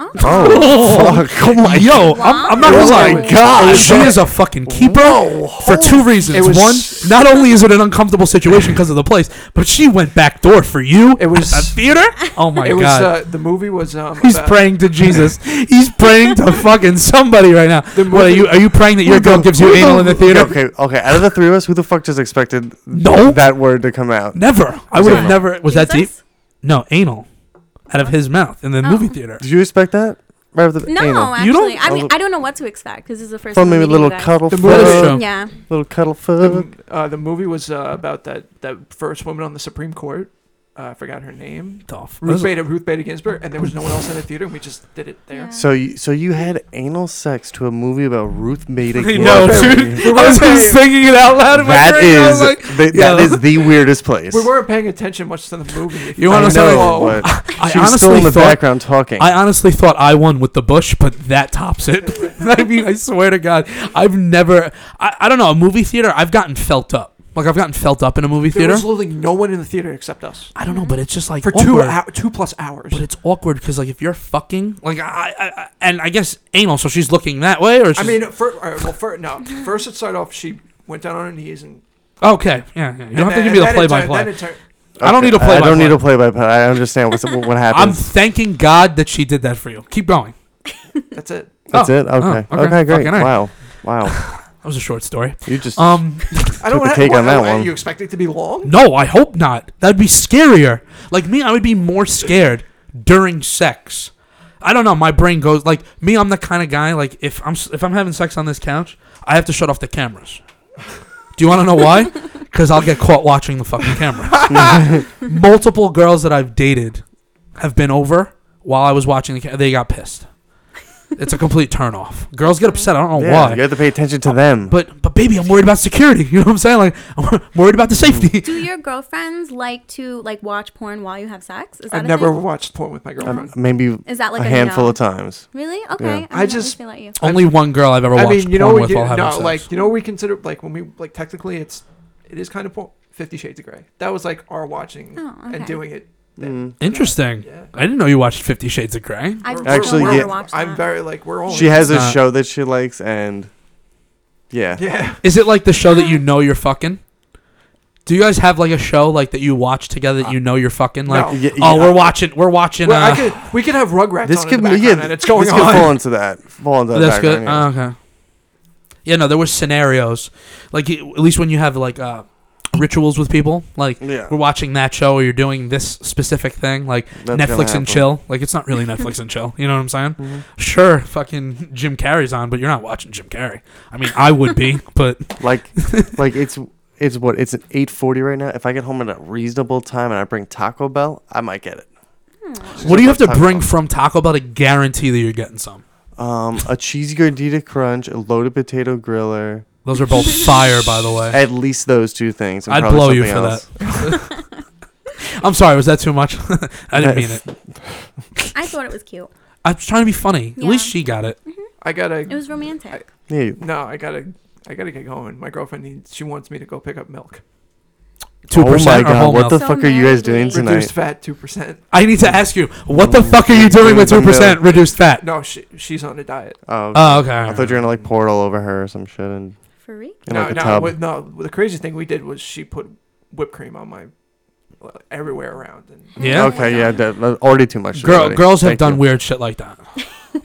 Oh, Oh, fuck. Oh my Yo, I'm, I'm not gonna Oh lie. my God. she is a fucking keeper for two reasons. It was- One, not only is it an uncomfortable situation because of the place, but she went back door for you. It was- at the theater. Oh my it was god. uh, the movie was um. He's about- praying to Jesus. He's praying to fucking somebody right now. What are movie- you? Are you praying that your girl gives you Who the- anal in the theater? Okay, okay. Out of the three of us, who the fuck just expected No. that word to come out? Never. I would have Yeah. never. Was that deep? Jesus? No, anal, out of his mouth in the Oh. movie theater. Did you expect that? Right off the No, anal. actually, You don't- I mean, Oh, the- I don't know what to expect because it's the first. From time maybe a meeting you little guys. cuddle The fuck, movie show. Yeah, little cuddle fuck. The, uh, the movie was uh, about that that first woman on the Supreme Court. Uh, I forgot her name. Tough. Ruth Bader, Ruth Bader Ginsburg, and there was no one else in the theater, and we just did it there. Yeah. So you, so you had anal sex to a movie about Ruth Bader I know, dude. I was just thinking it out loud. In my That brain. I is was like, the, that yo. is the weirdest place. We weren't paying attention much to the movie. You wanna I say- know, but I she was still in the thought- background talking. I honestly thought I won with the Bush, but that tops it. I mean, I swear to God, I've never. I, I don't know a movie theater. I've gotten felt up. Like I've gotten felt up in a movie there theater. was literally no one in the theater except us I don't know, but it's just like for two awkward. hou- two plus hours. But it's awkward because like if you're fucking like I, I, I and I guess anal, so she's looking that way or she's, I mean, fir- all right, well, fir- no. First, it started off. She went down on her knees and. okay, yeah, yeah. you don't have to give me the play by play. I Okay, don't need a play. I don't need a play by play. I understand what's, what I'm happens. thanking God that she did that for you. Keep going. That's it. That's oh, it. Okay. oh, okay, okay. Great. fucking A. Wow. Wow. That was a short story. You just Um, I don't the have cake what- on that what- one. You expect it to be long? no, I hope not. That'd be scarier. Like me, I would be more scared during sex. I don't know. My brain goes like me. I'm the kind of guy like if I'm s- if I'm having sex on this couch, I have to shut off the cameras. Do you want to know why? Because I'll get caught watching the fucking cameras. Multiple girls that I've dated have been over while I was watching the. Ca- they got pissed. It's a complete turnoff. Girls get upset. I don't know yeah, why. You have to pay attention to them. But but baby, I'm worried about security. You know what I'm saying? Like I'm worried about the safety. Do your girlfriends like to like watch porn while you have sex? Is that I've a never Thing? watched porn with my girlfriend. Um, maybe Is that like a a handful no? of times. Really? Okay. Yeah. I, mean, I at least just- they let you. Only one girl I've ever I watched mean, you know porn what? with You, while having no, sex. like you know, what we consider like when we like technically it's it is kind of porn. Fifty Shades of Grey. That was like our watching Oh, okay. and doing it. Mm. Interesting. Yeah. I didn't know you watched Fifty Shades of Grey. I've Actually, never yeah. watched I'm that. very like we're all. She has a not- show that she likes, and yeah, Yeah. Is it like the show that you know you're fucking? Do you guys have like a show like that you watch together that you know you're fucking? Like, Uh, no. Y- y- oh, we're watching, we're watching. Well, uh, I could, we could have Rugrats This on in could the be- yeah. background and it's going this could on. fall into that. Fall into that. that's good. background, yeah. Oh, okay. Yeah, no, there were scenarios. Like y- at least when you have like uh, rituals with people, like Yeah. we're watching that show or you're doing this specific thing, like That's gonna Netflix happen. Mm-hmm. and chill. Like it's not really Netflix and chill. You know what I'm saying? Sure, fucking Jim Carrey's on, but you're not watching Jim Carrey. I mean, I would be, but Like, like it's it's what it's at eight forty right now. If I get home at a reasonable time and I bring Taco Bell, I might get it. Hmm. what do you have to Taco bring Bell. from Taco Bell to guarantee that you're getting some? Um, a cheesy gordita crunch, a loaded potato griller, Those are both fire, by the way. at least those two things. and Uh, I'd probably blow you something for else. that. I'm sorry, was that too much? I didn't mean it. I thought it was cute. I was trying to be funny. Yeah. At least she got it. I gotta. It was romantic. Yeah, you- No, I gotta. I gotta get going. My girlfriend needs. She wants me to go pick up milk. Two percent or whole Oh what milk. the So fuck are you guys manly. doing Reduced tonight? Reduced fat two percent. I need to ask you, what the fuck are you doing with two Doing the percent reduced fat? Mm. No, she, she's on a diet. Oh, Oh, okay. I thought you were gonna like pour it all over her or some shit and For real? in no, like a no, tub. what- no. The crazy thing we did was she put whipped cream on my well, everywhere around, and Yeah. Okay, yeah, that, that- already too much. Girl, already. girls have Thank done you. weird shit like that.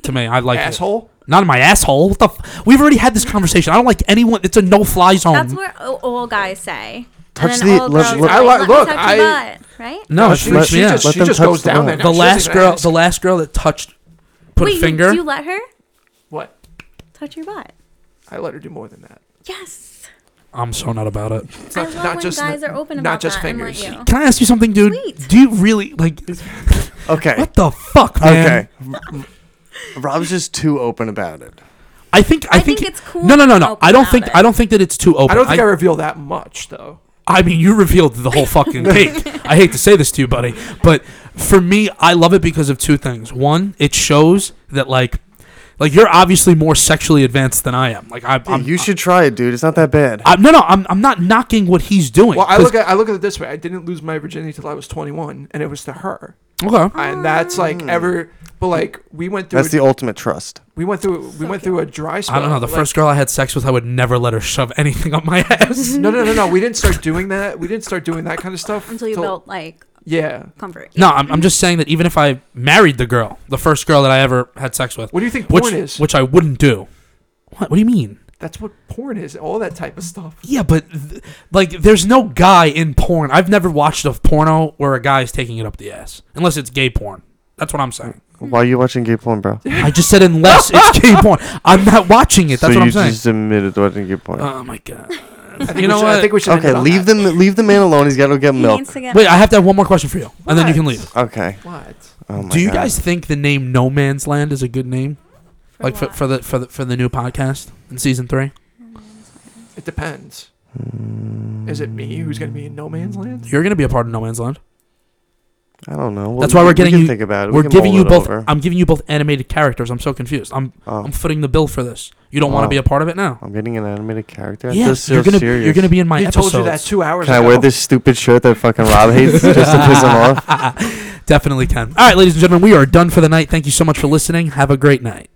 to me, I like it. asshole. Not in my asshole. What the? F- We've already had this conversation. I don't like anyone. It's a no-fly zone. That's what o- all guys say. And Touch then the- all let- girls let- are I like, li- "Let me look, touch your I- butt," right? no, it she, freaks let- Oh, me she out. just, Let she them just touch goes the down line. there. now. the She last doesn't girl, ask. the last girl that touched put Wait, a you- finger. do you let her What? touch your butt? I let her do more than that. Yes. I'm so not about it. It's I love when guys are open about not just that and let fingers. you. Can I ask you something, dude? Sweet. Do you really like? Okay. What the fuck, man? Okay. Rob's just too open about it. I think I, I think, think it's cool No, no, no, to be no. open I don't about think it. I don't think that it's too open. I don't think I, I, reveal that much though. I mean, you revealed the whole fucking cake. I hate to say this to you, buddy, but for me, I love it because of two things. One, it shows that like, like you're obviously more sexually advanced than I am. Like I, Yeah, I'm, you should try it, dude. It's not that bad. I, no, no, I'm, I'm not knocking what he's doing. Well, I 'cause- look at I look at it this way. I didn't lose my virginity till I was 21, and it was to her. okay. And that's like ever. But like we went through. Hmm. That's a- the ultimate trust. we went through. we went through a dry spell. I don't know. The like- first girl I had sex with, I would never let her shove anything up my ass. No, no, no, no. We didn't start doing that. We didn't start doing that kind of stuff Until you built like Yeah. comfort. No, I'm, I'm just saying that even if I married the girl, the first girl that I ever had sex with, What do you think which porn is? which I wouldn't do. What? What do you mean? That's what porn is. All that type of stuff. Yeah, but th- like, there's no guy in porn. I've never watched a porno where a guy is taking it up the ass, unless it's gay porn. That's what I'm saying. Why are you watching gay porn, bro? I just said unless it's gay porn. I'm not watching it. That's so what I'm you saying. just admitted watching gay porn. Oh my god. I think You we know should, what? I think we should. end okay, it on leave that. them. Leave the man alone. He's got to get He milk. needs to get Wait, I have to have one more question for you, and then you can What? leave. Okay. What? Oh my Do you God. guys think the name No Man's Land is a good name, like for, what? for the for the for the new podcast in season three? It depends. Is it me who's gonna be in no man's land? You're gonna be a part of No Man's Land. I don't know. That's why we're we getting can you- Think about it. We We're can giving mull you it both. over. I'm giving you both animated characters. I'm so confused. I'm Oh, I'm footing the bill for this. You don't want to Wow. be a part of it now. I'm getting an animated character. Yeah, This you're is so gonna serious. you're gonna be in my he episodes. told you that two hours Can I ago. wear this stupid shirt that fucking Rob hates just to piss him off? Definitely can. All right, ladies and gentlemen, we are done for the night. Thank you so much for listening. Have a great night.